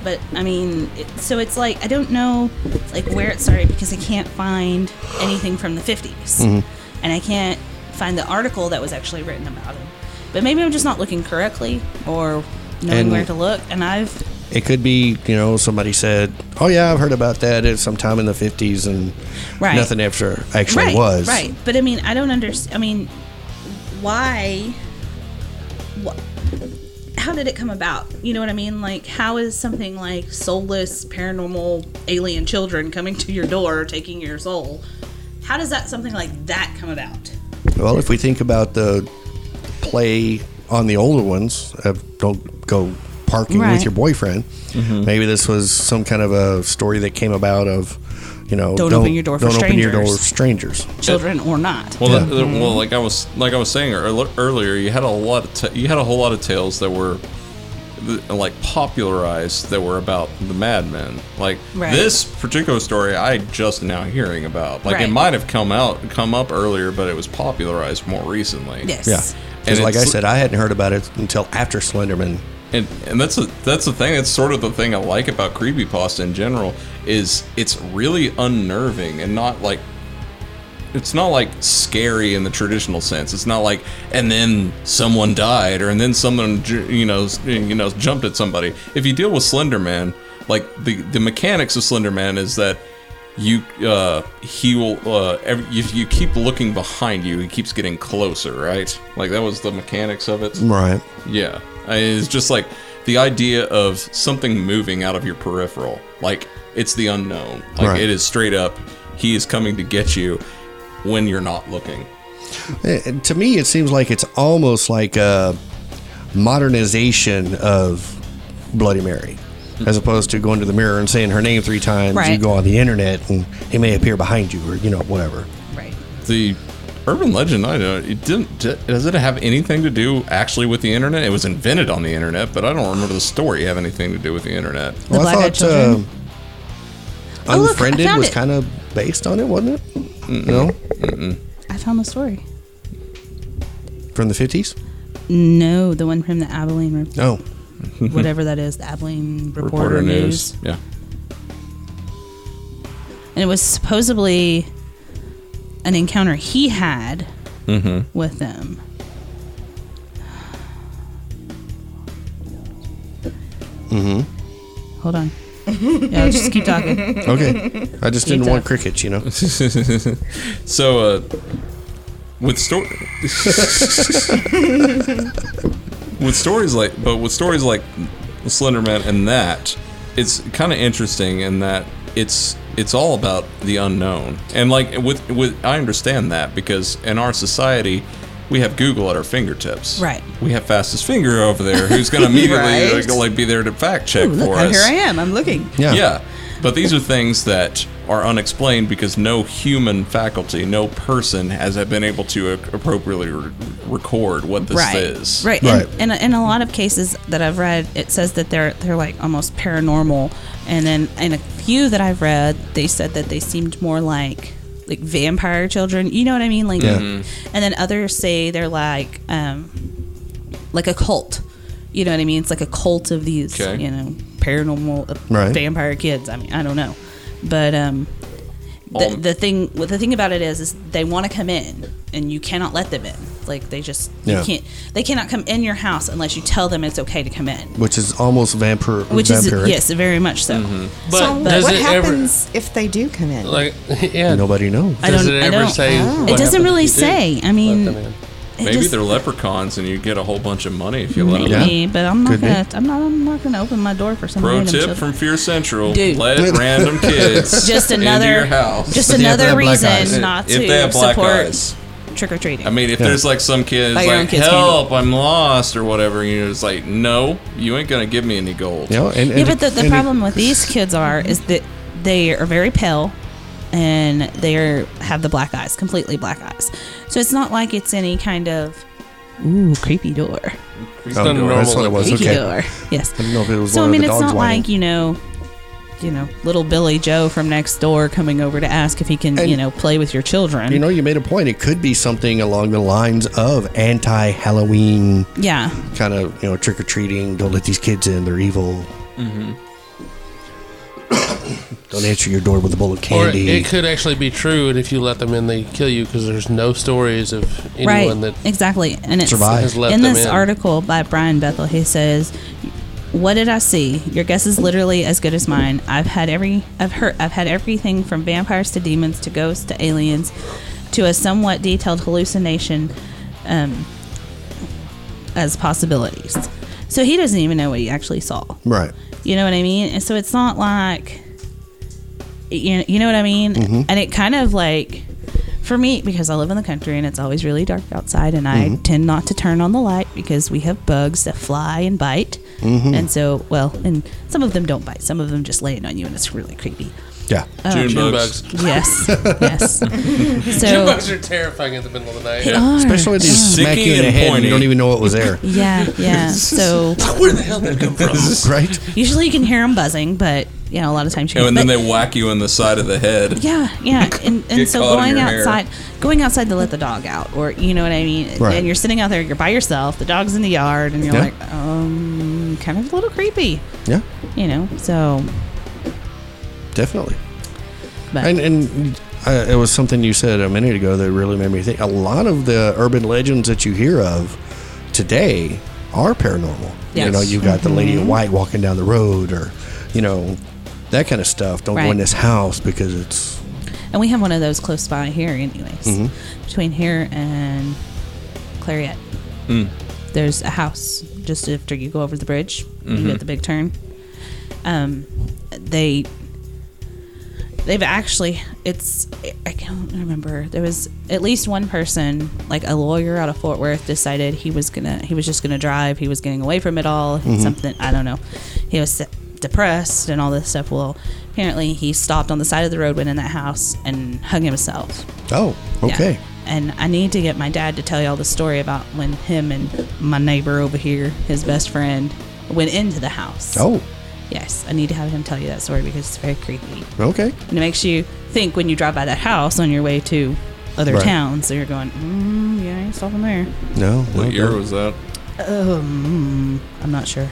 [SPEAKER 6] but I mean, it, so it's like I don't know like where it started because I can't find anything from the 50s, and I can't find the article that was actually written about it. But maybe I'm just not looking correctly or knowing
[SPEAKER 3] And-
[SPEAKER 6] where to look. And I've
[SPEAKER 3] It could be, you know, somebody said, "Oh yeah, I've heard about that at sometime in the 50s," and
[SPEAKER 6] Right.
[SPEAKER 3] nothing after actually
[SPEAKER 6] right,
[SPEAKER 3] was.
[SPEAKER 6] right. But I mean, I don't understand. I mean, why? What? How did it come about? You know what I mean? Like, how is something like soulless, paranormal, alien children coming to your door, taking your soul? How does that something like that come about?
[SPEAKER 3] Well, if we think about the play on the older ones, uh, don't go parking
[SPEAKER 6] Right.
[SPEAKER 3] with your boyfriend.
[SPEAKER 4] Mm-hmm.
[SPEAKER 3] Maybe this was some kind of a story that came about of, you know,
[SPEAKER 6] Don't open your door for
[SPEAKER 3] don't open your door for
[SPEAKER 6] strangers.
[SPEAKER 3] strangers.
[SPEAKER 6] Children or not?
[SPEAKER 4] Well, that, that- well, like I was like I was saying ear- earlier, you had a lot of ta you had a whole lot of tales that were th- like popularized that were about the madmen. Like
[SPEAKER 6] Right.
[SPEAKER 4] this particular story, I just now hearing about. Like it
[SPEAKER 6] Right.
[SPEAKER 4] might have come out come up earlier, but it was popularized more recently.
[SPEAKER 6] Yes.
[SPEAKER 3] Yeah.
[SPEAKER 4] And
[SPEAKER 3] Because, like I
[SPEAKER 4] it's-
[SPEAKER 3] said, I hadn't heard about it until after Slenderman.
[SPEAKER 4] and and that's a, that's the thing. That's sort of the thing I like about creepypasta in general is it's really unnerving and not like it's not like scary in the traditional sense. It's not like and then someone died or and then someone ju- you know s- you know jumped at somebody. If you deal with Slenderman, like the the mechanics of Slenderman is that you uh he will uh every, if you keep looking behind you he keeps getting closer right like that was the mechanics of it
[SPEAKER 3] Right.
[SPEAKER 4] yeah. I- It's just like the idea of something moving out of your peripheral. Like it's the unknown. Like
[SPEAKER 3] Right.
[SPEAKER 4] it is straight up he is coming to get you when you're not looking.
[SPEAKER 3] And to me, it seems like it's almost like a modernization of Bloody Mary, as opposed to going to the mirror and saying her name three times. You
[SPEAKER 6] Right.
[SPEAKER 3] go on the internet and he may appear behind you, or you know, whatever.
[SPEAKER 6] Right.
[SPEAKER 4] The urban legend I know it didn't d- does it have anything to do actually with the internet? It was invented on the internet, but I don't remember the story having anything to do with the internet.
[SPEAKER 6] The Black-Eyed Children?
[SPEAKER 3] uh,
[SPEAKER 6] Oh, look, I
[SPEAKER 3] Unfriended
[SPEAKER 6] found
[SPEAKER 3] was
[SPEAKER 6] it.
[SPEAKER 3] kind of based on it, wasn't it? Mm, No,
[SPEAKER 6] I found the story.
[SPEAKER 3] from the fifties.
[SPEAKER 6] No, the one from the Abilene, Re-
[SPEAKER 3] Oh,
[SPEAKER 6] whatever that is, the Abilene Reporter, News.
[SPEAKER 4] Yeah.
[SPEAKER 6] and it was supposedly an encounter he had
[SPEAKER 4] Mm-hmm.
[SPEAKER 6] with them. Mm-hmm. Hold on. Yeah, I'll just keep talking.
[SPEAKER 3] okay. I just didn't
[SPEAKER 6] Pizza.
[SPEAKER 3] want crickets, you know.
[SPEAKER 4] So uh with story with stories like but with stories like Slenderman and that it's kind of interesting in that it's it's all about the unknown and like with with I understand that because in our society we have Google at our fingertips
[SPEAKER 6] Right.
[SPEAKER 4] we have fastest finger over there who's gonna immediately
[SPEAKER 5] Right.
[SPEAKER 4] like, like be there to fact check
[SPEAKER 6] Look,
[SPEAKER 4] for
[SPEAKER 6] here
[SPEAKER 4] us
[SPEAKER 6] I am. I'm looking.
[SPEAKER 3] Yeah.
[SPEAKER 4] yeah. But these are things that are unexplained because no human faculty, no person has been able to ac- appropriately re- record what this
[SPEAKER 6] right.
[SPEAKER 4] is.
[SPEAKER 6] Right.
[SPEAKER 3] Right.
[SPEAKER 6] And, and in a lot of cases that I've read, it says that they're they're like almost paranormal. And then in a few that I've read, they said that they seemed more like like vampire children. You know what I mean? Like Mm-hmm.
[SPEAKER 3] Yeah.
[SPEAKER 6] and then others say they're like um like a cult. You know what I mean? It's like a cult of these,
[SPEAKER 4] Okay.
[SPEAKER 6] you know, paranormal uh,
[SPEAKER 3] Right.
[SPEAKER 6] vampire kids. I mean, I don't know. But um the,
[SPEAKER 4] Um,
[SPEAKER 6] the thing well, the thing about it is is they want to come in and you cannot let them in like they just
[SPEAKER 3] Yeah.
[SPEAKER 6] you can't they cannot come in your house unless you tell them it's okay to come in
[SPEAKER 3] Which is almost vampire.
[SPEAKER 6] which
[SPEAKER 3] vampiric.
[SPEAKER 6] is yes very much so
[SPEAKER 4] Mm-hmm.
[SPEAKER 7] But
[SPEAKER 5] so
[SPEAKER 7] does
[SPEAKER 5] what
[SPEAKER 7] it
[SPEAKER 5] happens if they do come in?
[SPEAKER 7] ever like yeah?
[SPEAKER 3] Nobody knows.
[SPEAKER 6] I
[SPEAKER 7] does
[SPEAKER 6] don't-
[SPEAKER 7] it
[SPEAKER 6] I
[SPEAKER 7] ever
[SPEAKER 6] don't-
[SPEAKER 7] say?
[SPEAKER 5] Oh.
[SPEAKER 7] what
[SPEAKER 6] it doesn't
[SPEAKER 7] happens
[SPEAKER 6] really
[SPEAKER 7] if you do
[SPEAKER 6] say i mean
[SPEAKER 7] let them in?
[SPEAKER 6] it
[SPEAKER 4] Maybe
[SPEAKER 6] just-
[SPEAKER 4] they're leprechauns and you get a whole bunch of money if you let them.
[SPEAKER 6] maybe, but i'm not
[SPEAKER 3] Could be.
[SPEAKER 6] gonna i'm not i'm not gonna open my door for some
[SPEAKER 4] Pro
[SPEAKER 6] random
[SPEAKER 4] tip
[SPEAKER 6] children.
[SPEAKER 4] from Fear Central:
[SPEAKER 6] Dude.
[SPEAKER 4] Let random kids
[SPEAKER 6] just another
[SPEAKER 4] into your house.
[SPEAKER 6] just
[SPEAKER 3] If they have
[SPEAKER 6] another
[SPEAKER 3] black
[SPEAKER 6] reason
[SPEAKER 3] eyes.
[SPEAKER 6] not
[SPEAKER 4] If
[SPEAKER 6] to
[SPEAKER 4] they have black
[SPEAKER 6] support
[SPEAKER 4] eyes.
[SPEAKER 6] trick-or-treating
[SPEAKER 4] I mean, if there's like some kids
[SPEAKER 6] Buy your own
[SPEAKER 4] like
[SPEAKER 6] kids
[SPEAKER 4] help, I'm lost or whatever, and you're just like, no, you ain't gonna give me any gold.
[SPEAKER 3] You know, and,
[SPEAKER 6] yeah,
[SPEAKER 3] and-
[SPEAKER 6] but the, the
[SPEAKER 3] and-
[SPEAKER 6] problem with these kids are is that they are very pale and they are, have the black eyes, completely black eyes. So it's not like it's any kind of ooh creepy door,
[SPEAKER 7] It's
[SPEAKER 3] Oh,
[SPEAKER 7] not a
[SPEAKER 3] no, that's
[SPEAKER 7] normal
[SPEAKER 3] what it was.
[SPEAKER 6] creepy
[SPEAKER 3] okay.
[SPEAKER 6] door. Yes.
[SPEAKER 3] I don't know if it was
[SPEAKER 6] So I
[SPEAKER 3] one
[SPEAKER 6] mean,
[SPEAKER 3] of the
[SPEAKER 6] it's
[SPEAKER 3] dogs
[SPEAKER 6] not
[SPEAKER 3] whining.
[SPEAKER 6] like you know, you know, little Billy Joe from next door coming over to ask if he can
[SPEAKER 3] And-
[SPEAKER 6] you know play with your children.
[SPEAKER 3] You know, you made a point. It could be something along the lines of anti-Halloween
[SPEAKER 6] yeah,
[SPEAKER 3] kind of, you know, trick or treating. Don't let these kids in; they're evil. Don't answer your door with a bowl of
[SPEAKER 7] Or
[SPEAKER 3] candy.
[SPEAKER 7] it could actually be true, and if you let them in, they kill you because there's no stories of anyone
[SPEAKER 6] right?
[SPEAKER 7] that
[SPEAKER 6] Exactly, and it's
[SPEAKER 3] Survive.
[SPEAKER 7] has let
[SPEAKER 6] in
[SPEAKER 7] them
[SPEAKER 6] this
[SPEAKER 7] in.
[SPEAKER 6] article by Brian Bethel, he says, "What did I see? Your guess is literally as good as mine. I've had every, I've heard, I've had everything from vampires to demons to ghosts to aliens, to a somewhat detailed hallucination, um, as possibilities." So he doesn't even know what he actually saw.
[SPEAKER 3] right.
[SPEAKER 6] You know what I mean? And so it's not like you you know what I mean?
[SPEAKER 3] Mm-hmm.
[SPEAKER 6] And it kind of like for me because I live in the country and it's always really dark outside and I
[SPEAKER 3] Mm-hmm.
[SPEAKER 6] tend not to turn on the light because we have bugs that fly
[SPEAKER 3] Mm-hmm.
[SPEAKER 6] and bite. And so well, and some of them don't bite. Some of them just land on you and it's really creepy.
[SPEAKER 3] Yeah.
[SPEAKER 4] June
[SPEAKER 7] June
[SPEAKER 4] bugs.
[SPEAKER 7] bugs.
[SPEAKER 6] Yes. yes.
[SPEAKER 7] June
[SPEAKER 6] So.
[SPEAKER 7] bugs are terrifying at the middle of the night.
[SPEAKER 6] They are.
[SPEAKER 3] Especially if they smack you
[SPEAKER 4] Sticky
[SPEAKER 3] in the
[SPEAKER 4] and
[SPEAKER 3] head and you don't
[SPEAKER 4] pointy.
[SPEAKER 3] even know it was there.
[SPEAKER 6] Yeah, yeah. So
[SPEAKER 7] Where the hell did that come from?
[SPEAKER 3] Right?
[SPEAKER 6] usually you can hear them buzzing, but you know a lot of times you.
[SPEAKER 4] and then
[SPEAKER 6] but-
[SPEAKER 4] they whack you in the side of the head.
[SPEAKER 6] Yeah, yeah. And, and
[SPEAKER 4] Get
[SPEAKER 6] so
[SPEAKER 4] caught in
[SPEAKER 6] going
[SPEAKER 4] your hair.
[SPEAKER 6] outside, going outside to let the dog out, or you know what I mean.
[SPEAKER 3] Right.
[SPEAKER 6] And you're sitting out there, you're by yourself, the dog's in the yard, and you're
[SPEAKER 3] Yeah.
[SPEAKER 6] like, um, kind of a little creepy,
[SPEAKER 3] Yeah,
[SPEAKER 6] you know. So,
[SPEAKER 3] definitely.
[SPEAKER 6] but
[SPEAKER 3] And, and uh, it was something you said a minute ago that really made me think. A lot of the urban legends that you hear of today are paranormal. You know,
[SPEAKER 6] Yes. Mm-hmm.
[SPEAKER 3] you got the lady in white walking down the road or, you know, that kind of stuff. Don't go in
[SPEAKER 6] Right.
[SPEAKER 3] this house because it's.
[SPEAKER 6] and we have one of those close by here, anyways.
[SPEAKER 3] Mm-hmm.
[SPEAKER 6] Between here and Clariette,
[SPEAKER 4] Hmm.
[SPEAKER 6] there's a house just after you go over the bridge.
[SPEAKER 4] Mm-hmm.
[SPEAKER 6] You get the big turn. Um, they they've actually it's i can't remember there was at least one person like a lawyer out of fort worth decided he was gonna he was just gonna drive he was getting away from it all
[SPEAKER 3] Mm-hmm.
[SPEAKER 6] something i don't know he was depressed and all this stuff well apparently he stopped on the side of the road went in that house and hung himself
[SPEAKER 3] Oh,
[SPEAKER 6] Yeah.
[SPEAKER 3] okay.
[SPEAKER 6] and i need to get my dad to tell y'all the story about when him and my neighbor over here his best friend went into the house
[SPEAKER 3] Oh,
[SPEAKER 6] yes i need to have him tell you that story because it's very creepy
[SPEAKER 3] okay.
[SPEAKER 6] and it makes you think when you drive by that house on your way to other
[SPEAKER 3] Right.
[SPEAKER 6] towns. So you're going, mm, yeah, I ain't stopping there.
[SPEAKER 3] No. no,
[SPEAKER 4] What year
[SPEAKER 3] no.
[SPEAKER 4] was that?
[SPEAKER 6] Um, I'm not sure.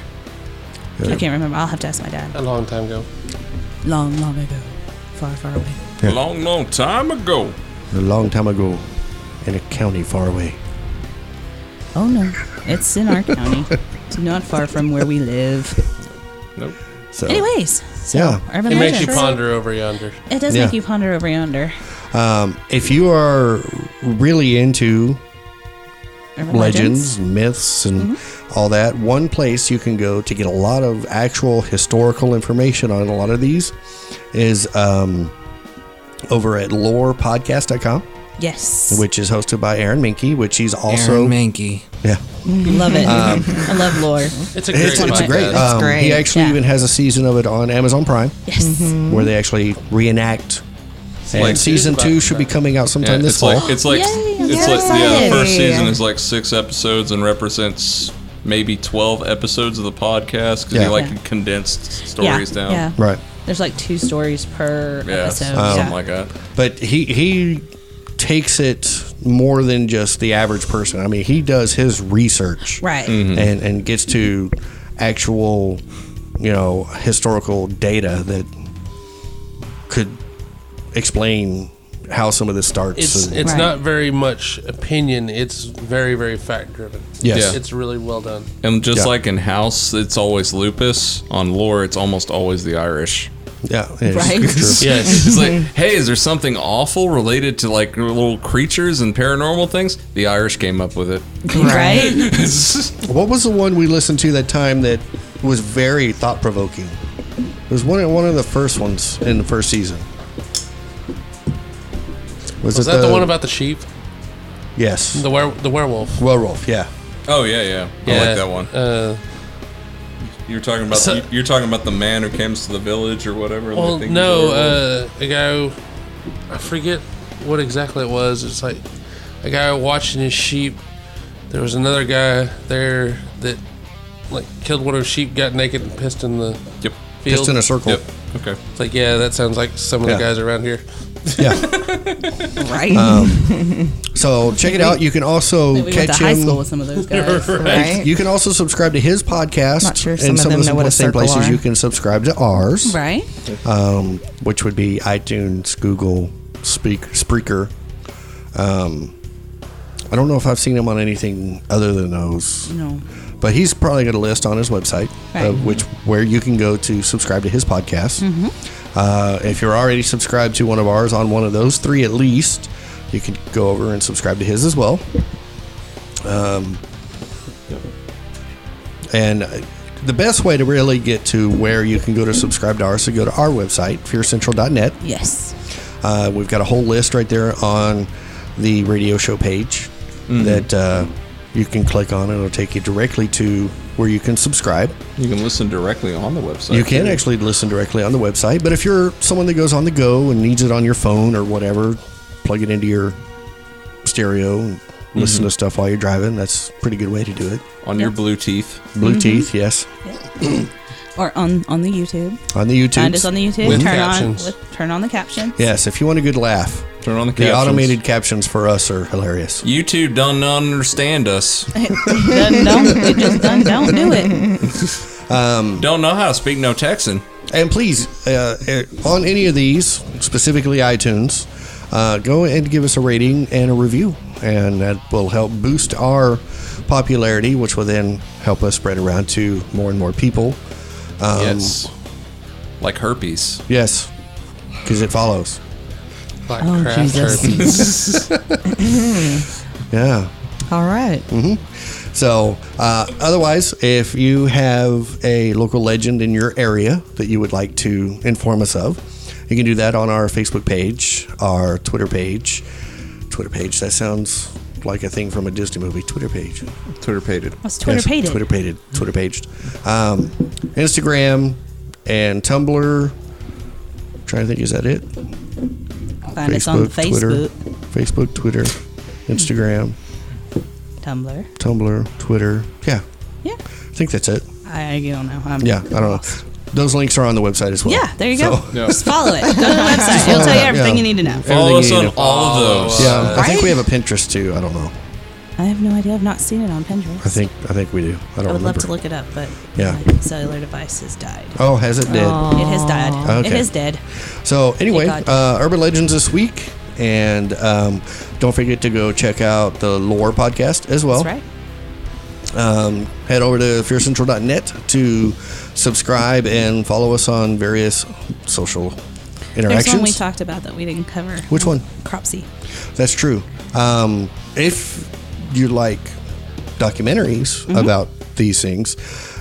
[SPEAKER 3] Yeah.
[SPEAKER 6] I can't remember. I'll have to ask my dad.
[SPEAKER 7] A long time ago.
[SPEAKER 6] Long, long ago, far, far away.
[SPEAKER 3] Yeah.
[SPEAKER 4] Long, long time ago.
[SPEAKER 3] A long time ago in a county far away.
[SPEAKER 6] Oh no, it's in our county. It's not far from where we live.
[SPEAKER 4] Nope.
[SPEAKER 3] So,
[SPEAKER 6] Anyways, so
[SPEAKER 3] Yeah.
[SPEAKER 6] urban
[SPEAKER 7] It makes you
[SPEAKER 6] legends.
[SPEAKER 7] ponder over yonder.
[SPEAKER 6] It does
[SPEAKER 3] Yeah.
[SPEAKER 6] make you ponder over yonder.
[SPEAKER 3] um, if you are really into
[SPEAKER 6] Urban
[SPEAKER 3] legends, myths, and all that. One place you can go to get a lot of actual historical information on a lot of these is um, over at lorepodcast.com,
[SPEAKER 6] Yes,
[SPEAKER 3] which is hosted by Aaron Minky, which he's also.
[SPEAKER 8] Mankey.
[SPEAKER 3] yeah.
[SPEAKER 6] love it.
[SPEAKER 3] Um,
[SPEAKER 6] I love lore.
[SPEAKER 7] It's a great
[SPEAKER 3] It's, it's a
[SPEAKER 7] podcast.
[SPEAKER 3] great. Um,
[SPEAKER 5] great.
[SPEAKER 3] He actually
[SPEAKER 6] Yeah.
[SPEAKER 3] even has a season of it on Amazon Prime
[SPEAKER 6] Yes,
[SPEAKER 3] where they actually reenact. And
[SPEAKER 4] like-
[SPEAKER 3] season
[SPEAKER 7] It's
[SPEAKER 3] two
[SPEAKER 7] about-
[SPEAKER 3] should be coming out
[SPEAKER 4] Yeah,
[SPEAKER 3] sometime this
[SPEAKER 4] it's
[SPEAKER 3] fall.
[SPEAKER 4] like it's like
[SPEAKER 6] Yay, I'm
[SPEAKER 4] it's
[SPEAKER 6] so
[SPEAKER 4] like yeah, the first
[SPEAKER 5] excited.
[SPEAKER 4] season is like six episodes and represents maybe twelve episodes of the podcast because
[SPEAKER 3] Yeah.
[SPEAKER 4] he like
[SPEAKER 6] Yeah.
[SPEAKER 4] condensed
[SPEAKER 6] yeah,
[SPEAKER 4] stories down.
[SPEAKER 6] yeah.
[SPEAKER 3] right.
[SPEAKER 6] There's like two stories per
[SPEAKER 4] Yeah,
[SPEAKER 6] episode.
[SPEAKER 4] something
[SPEAKER 6] yeah.
[SPEAKER 4] like that.
[SPEAKER 3] but he he takes it more than just the average person. I mean, he does his research,
[SPEAKER 6] Right.
[SPEAKER 7] Mm-hmm.
[SPEAKER 3] and and gets to actual, you know, historical data that could explain how some of this starts.
[SPEAKER 7] It's
[SPEAKER 3] and-
[SPEAKER 7] it's
[SPEAKER 6] Right.
[SPEAKER 7] not very much opinion. It's very very fact driven.
[SPEAKER 3] Yes.
[SPEAKER 4] Yeah.
[SPEAKER 7] it's really well done.
[SPEAKER 4] And just
[SPEAKER 3] Yeah.
[SPEAKER 4] like in House, it's always lupus. On lore, it's almost always the Irish.
[SPEAKER 3] yeah, it's
[SPEAKER 5] Right.
[SPEAKER 3] scripture.
[SPEAKER 7] Yes,
[SPEAKER 4] It's like, hey, is there something awful related to like little creatures and paranormal things? The Irish came up with it.
[SPEAKER 6] Right?
[SPEAKER 3] What was the one we listened to that time that was very thought provoking? It was one of- one of the first ones in the first season. Was,
[SPEAKER 7] is
[SPEAKER 3] it
[SPEAKER 7] that the one about the sheep?
[SPEAKER 3] yes
[SPEAKER 7] The were the werewolf.
[SPEAKER 3] werewolf? Yeah,
[SPEAKER 4] Oh yeah, yeah, I
[SPEAKER 7] Yeah,
[SPEAKER 4] like that one.
[SPEAKER 7] Uh,
[SPEAKER 4] You're talking about
[SPEAKER 7] So-
[SPEAKER 4] you're talking about the man who comes to the village or whatever. and they
[SPEAKER 7] well,
[SPEAKER 4] think he's
[SPEAKER 7] no,
[SPEAKER 4] a werewolf.
[SPEAKER 7] uh, a guy. I forget what exactly it was. It's like a guy watching his sheep. There was another guy there that like killed one of his sheep, got naked, and pissed in the
[SPEAKER 4] yep,
[SPEAKER 7] field.
[SPEAKER 3] just in a circle.
[SPEAKER 4] yep, okay.
[SPEAKER 7] It's like yeah, that sounds like some of
[SPEAKER 3] Yeah.
[SPEAKER 7] the guys around here.
[SPEAKER 3] Yeah.
[SPEAKER 5] Right.
[SPEAKER 3] So check it out. You can also
[SPEAKER 6] we went to
[SPEAKER 3] Um, catch
[SPEAKER 6] high school
[SPEAKER 3] him.
[SPEAKER 6] with some of those guys.
[SPEAKER 5] right.
[SPEAKER 3] You can also subscribe to his podcast.
[SPEAKER 5] Not sure if some of them know what a
[SPEAKER 3] same
[SPEAKER 5] circle
[SPEAKER 3] places
[SPEAKER 5] are.
[SPEAKER 3] you can subscribe to ours,
[SPEAKER 6] Right?
[SPEAKER 3] um, which would be iTunes, Google, Speak, Spreaker. Um, I don't know if I've seen him on anything other than those,
[SPEAKER 6] No.
[SPEAKER 3] but he's probably got a list on his website,
[SPEAKER 6] Right.
[SPEAKER 3] of which where you can go to subscribe to his podcast. Uh, if you're already subscribed to one of ours on one of those three at least, you can go over and subscribe to his as well. Um, And uh, the best way to really get to where you can go to subscribe to ours is to go to our website, fearcentral.net.
[SPEAKER 6] Yes.
[SPEAKER 3] Uh, we've got a whole list right there on the radio show page that uh, You can click on it. It'll take you directly to where you can subscribe.
[SPEAKER 4] You can listen directly on the website.
[SPEAKER 3] You can
[SPEAKER 4] too.
[SPEAKER 3] actually listen directly on the website, but if you're someone that goes on the go and needs it on your phone or whatever, plug it into your stereo and listen to stuff while you're driving. That's a pretty good way to do it.
[SPEAKER 4] on your blue teeth.
[SPEAKER 3] Blue teeth, yes,
[SPEAKER 6] or on on the YouTube.
[SPEAKER 3] on the YouTube.
[SPEAKER 6] Find us on the YouTube.
[SPEAKER 7] With
[SPEAKER 6] turn on
[SPEAKER 7] captions.
[SPEAKER 6] with, turn on the captions.
[SPEAKER 3] yes, if you want a good laugh,
[SPEAKER 4] Turn on the
[SPEAKER 3] the
[SPEAKER 4] captions.
[SPEAKER 3] automated captions for us are hilarious.
[SPEAKER 4] You two don't understand us.
[SPEAKER 6] Done, don't it just done, don't do it.
[SPEAKER 4] don't know how to speak no Texan.
[SPEAKER 3] And please, uh, uh, on any of these, specifically iTunes, uh, go and give us a rating and a review, and that will help boost our popularity, which will then help us spread around to more and more people. Oh.
[SPEAKER 4] yes. Like herpes.
[SPEAKER 3] Yes, because it follows.
[SPEAKER 7] Like
[SPEAKER 6] Oh,
[SPEAKER 7] craft
[SPEAKER 6] Jesus.
[SPEAKER 7] herpes.
[SPEAKER 3] Yeah.
[SPEAKER 5] All right.
[SPEAKER 3] So, uh, otherwise, if you have a local legend in your area that you would like to inform us of, you can do that on our Facebook page, our Twitter page. Twitter page, that sounds like a thing from a Disney movie. Twitter page.
[SPEAKER 4] Twitter pated.
[SPEAKER 6] What's Twitter
[SPEAKER 3] Yes,
[SPEAKER 6] paid it?
[SPEAKER 3] Twitter pated. Twitter paged. Um, Instagram and Tumblr. trying to think, is that it?
[SPEAKER 6] Find us on Facebook,
[SPEAKER 3] Twitter, Facebook, Twitter, Instagram,
[SPEAKER 6] Tumblr.
[SPEAKER 3] Tumblr, Twitter. Yeah,
[SPEAKER 6] Yeah.
[SPEAKER 3] I think that's it.
[SPEAKER 6] I, I don't know. I'm
[SPEAKER 3] Yeah, I don't know. Those links are on the website as well.
[SPEAKER 6] Yeah, there you go.
[SPEAKER 3] So,
[SPEAKER 4] Yeah.
[SPEAKER 6] Just follow it. Go to the website. It'll tell you everything you need to know.
[SPEAKER 4] Follow us
[SPEAKER 3] you
[SPEAKER 4] on
[SPEAKER 3] need to-
[SPEAKER 4] all of those.
[SPEAKER 3] Yeah, I think
[SPEAKER 6] Right?
[SPEAKER 3] we have a Pinterest too. I don't know.
[SPEAKER 6] I have no idea. I've not seen it on Pinterest.
[SPEAKER 3] I think I think we do. I don't
[SPEAKER 6] I would
[SPEAKER 3] remember.
[SPEAKER 6] love to look it up, but
[SPEAKER 3] Yeah.
[SPEAKER 6] my cellular device has died.
[SPEAKER 3] Oh, has it dead?
[SPEAKER 6] It has died. It
[SPEAKER 3] Oh. Okay.
[SPEAKER 6] is dead.
[SPEAKER 3] So anyway,
[SPEAKER 6] Thank
[SPEAKER 3] uh, urban legends this week, and um, don't forget to go check out the Lore podcast as well.
[SPEAKER 6] That's right.
[SPEAKER 3] Um, head over to fearcentral.net to subscribe and follow us on various social
[SPEAKER 6] There's
[SPEAKER 3] interactions.
[SPEAKER 6] one we talked about that we didn't cover.
[SPEAKER 3] Which one?
[SPEAKER 6] Cropsy.
[SPEAKER 3] That's true. Um, if you like documentaries
[SPEAKER 6] Mm-hmm.
[SPEAKER 3] about these things,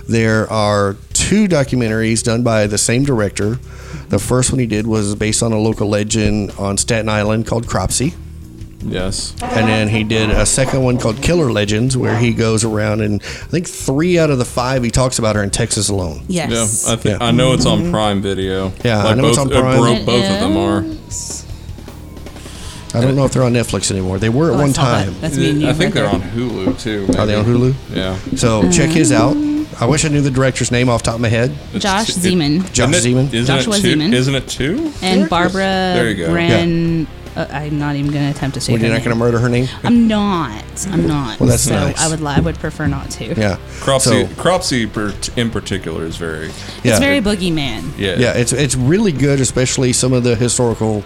[SPEAKER 3] there are two documentaries done by the same director. The first one he did was based on a local legend on Staten Island called Cropsy.
[SPEAKER 4] Yes.
[SPEAKER 3] And then he did a second one called Killer Legends, where he goes around and I think three out of the five he talks about are in Texas alone.
[SPEAKER 4] Yeah,
[SPEAKER 6] Yes.
[SPEAKER 4] I think
[SPEAKER 3] Yeah.
[SPEAKER 4] I know it's on Prime Video.
[SPEAKER 3] Yeah, I
[SPEAKER 4] like
[SPEAKER 3] know
[SPEAKER 4] both,
[SPEAKER 3] it's on
[SPEAKER 4] uh,
[SPEAKER 3] Prime.
[SPEAKER 4] bro-
[SPEAKER 6] It
[SPEAKER 4] both of them are.
[SPEAKER 6] is-
[SPEAKER 3] I don't know if they're on Netflix anymore. They were at
[SPEAKER 6] Oh, I
[SPEAKER 3] one
[SPEAKER 6] saw that.
[SPEAKER 3] time.
[SPEAKER 6] That's me and you.
[SPEAKER 4] I think
[SPEAKER 6] right
[SPEAKER 4] they're
[SPEAKER 6] there.
[SPEAKER 4] on Hulu too. Maybe.
[SPEAKER 3] Are they on Hulu?
[SPEAKER 4] Yeah.
[SPEAKER 3] So check his out.
[SPEAKER 6] Mm-hmm.
[SPEAKER 3] I wish I knew the director's name off the top of my head.
[SPEAKER 6] Josh
[SPEAKER 4] It-
[SPEAKER 6] Zeman
[SPEAKER 3] Josh
[SPEAKER 4] isn't it-
[SPEAKER 3] Zeman.
[SPEAKER 4] Isn't
[SPEAKER 6] Joshua
[SPEAKER 4] it two?
[SPEAKER 6] Zeman.
[SPEAKER 4] Isn't it two?
[SPEAKER 6] and Barbara
[SPEAKER 4] There you go.
[SPEAKER 6] Bren. Uh, I'm not even going to attempt to say
[SPEAKER 3] Well,
[SPEAKER 6] her
[SPEAKER 3] you're not going
[SPEAKER 6] name.
[SPEAKER 3] to murder her name?
[SPEAKER 6] I'm not. I'm not.
[SPEAKER 3] Well, that's
[SPEAKER 6] so
[SPEAKER 3] nice.
[SPEAKER 6] I would. li- I would prefer not to.
[SPEAKER 3] Yeah.
[SPEAKER 4] Cropsy,
[SPEAKER 3] So,
[SPEAKER 4] Cropsy per, in particular is very.
[SPEAKER 3] yeah.
[SPEAKER 6] It's very boogeyman.
[SPEAKER 4] Yeah.
[SPEAKER 3] yeah, it's it's really good, especially some of the historical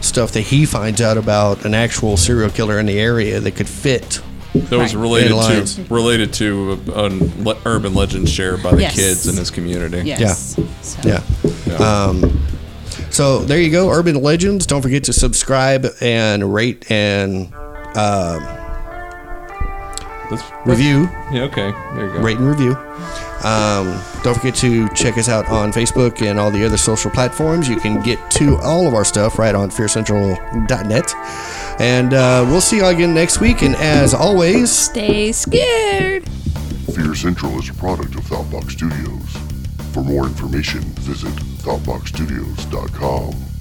[SPEAKER 3] stuff that he finds out about an actual serial killer in the area that could fit.
[SPEAKER 4] That was
[SPEAKER 6] Right.
[SPEAKER 4] related
[SPEAKER 3] In lines.
[SPEAKER 4] to related to an le- urban legend shared by the
[SPEAKER 6] Yes.
[SPEAKER 4] kids in his community.
[SPEAKER 6] Yes. So.
[SPEAKER 3] Yeah. Um,
[SPEAKER 4] Yeah.
[SPEAKER 3] So there you go, Urban Legends. Don't forget to subscribe and rate and
[SPEAKER 4] That's-
[SPEAKER 3] review.
[SPEAKER 4] yeah, okay. There you go.
[SPEAKER 3] Rate and review. Um, don't forget to check us out on Facebook and all the other social platforms. You can get to all of our stuff right on fearcentral.net. And uh, we'll see you all again next week. And as always,
[SPEAKER 6] Stay scared.
[SPEAKER 2] Fear Central is a product of Thoughtbox Studios. For more information, visit thoughtboxstudios.com.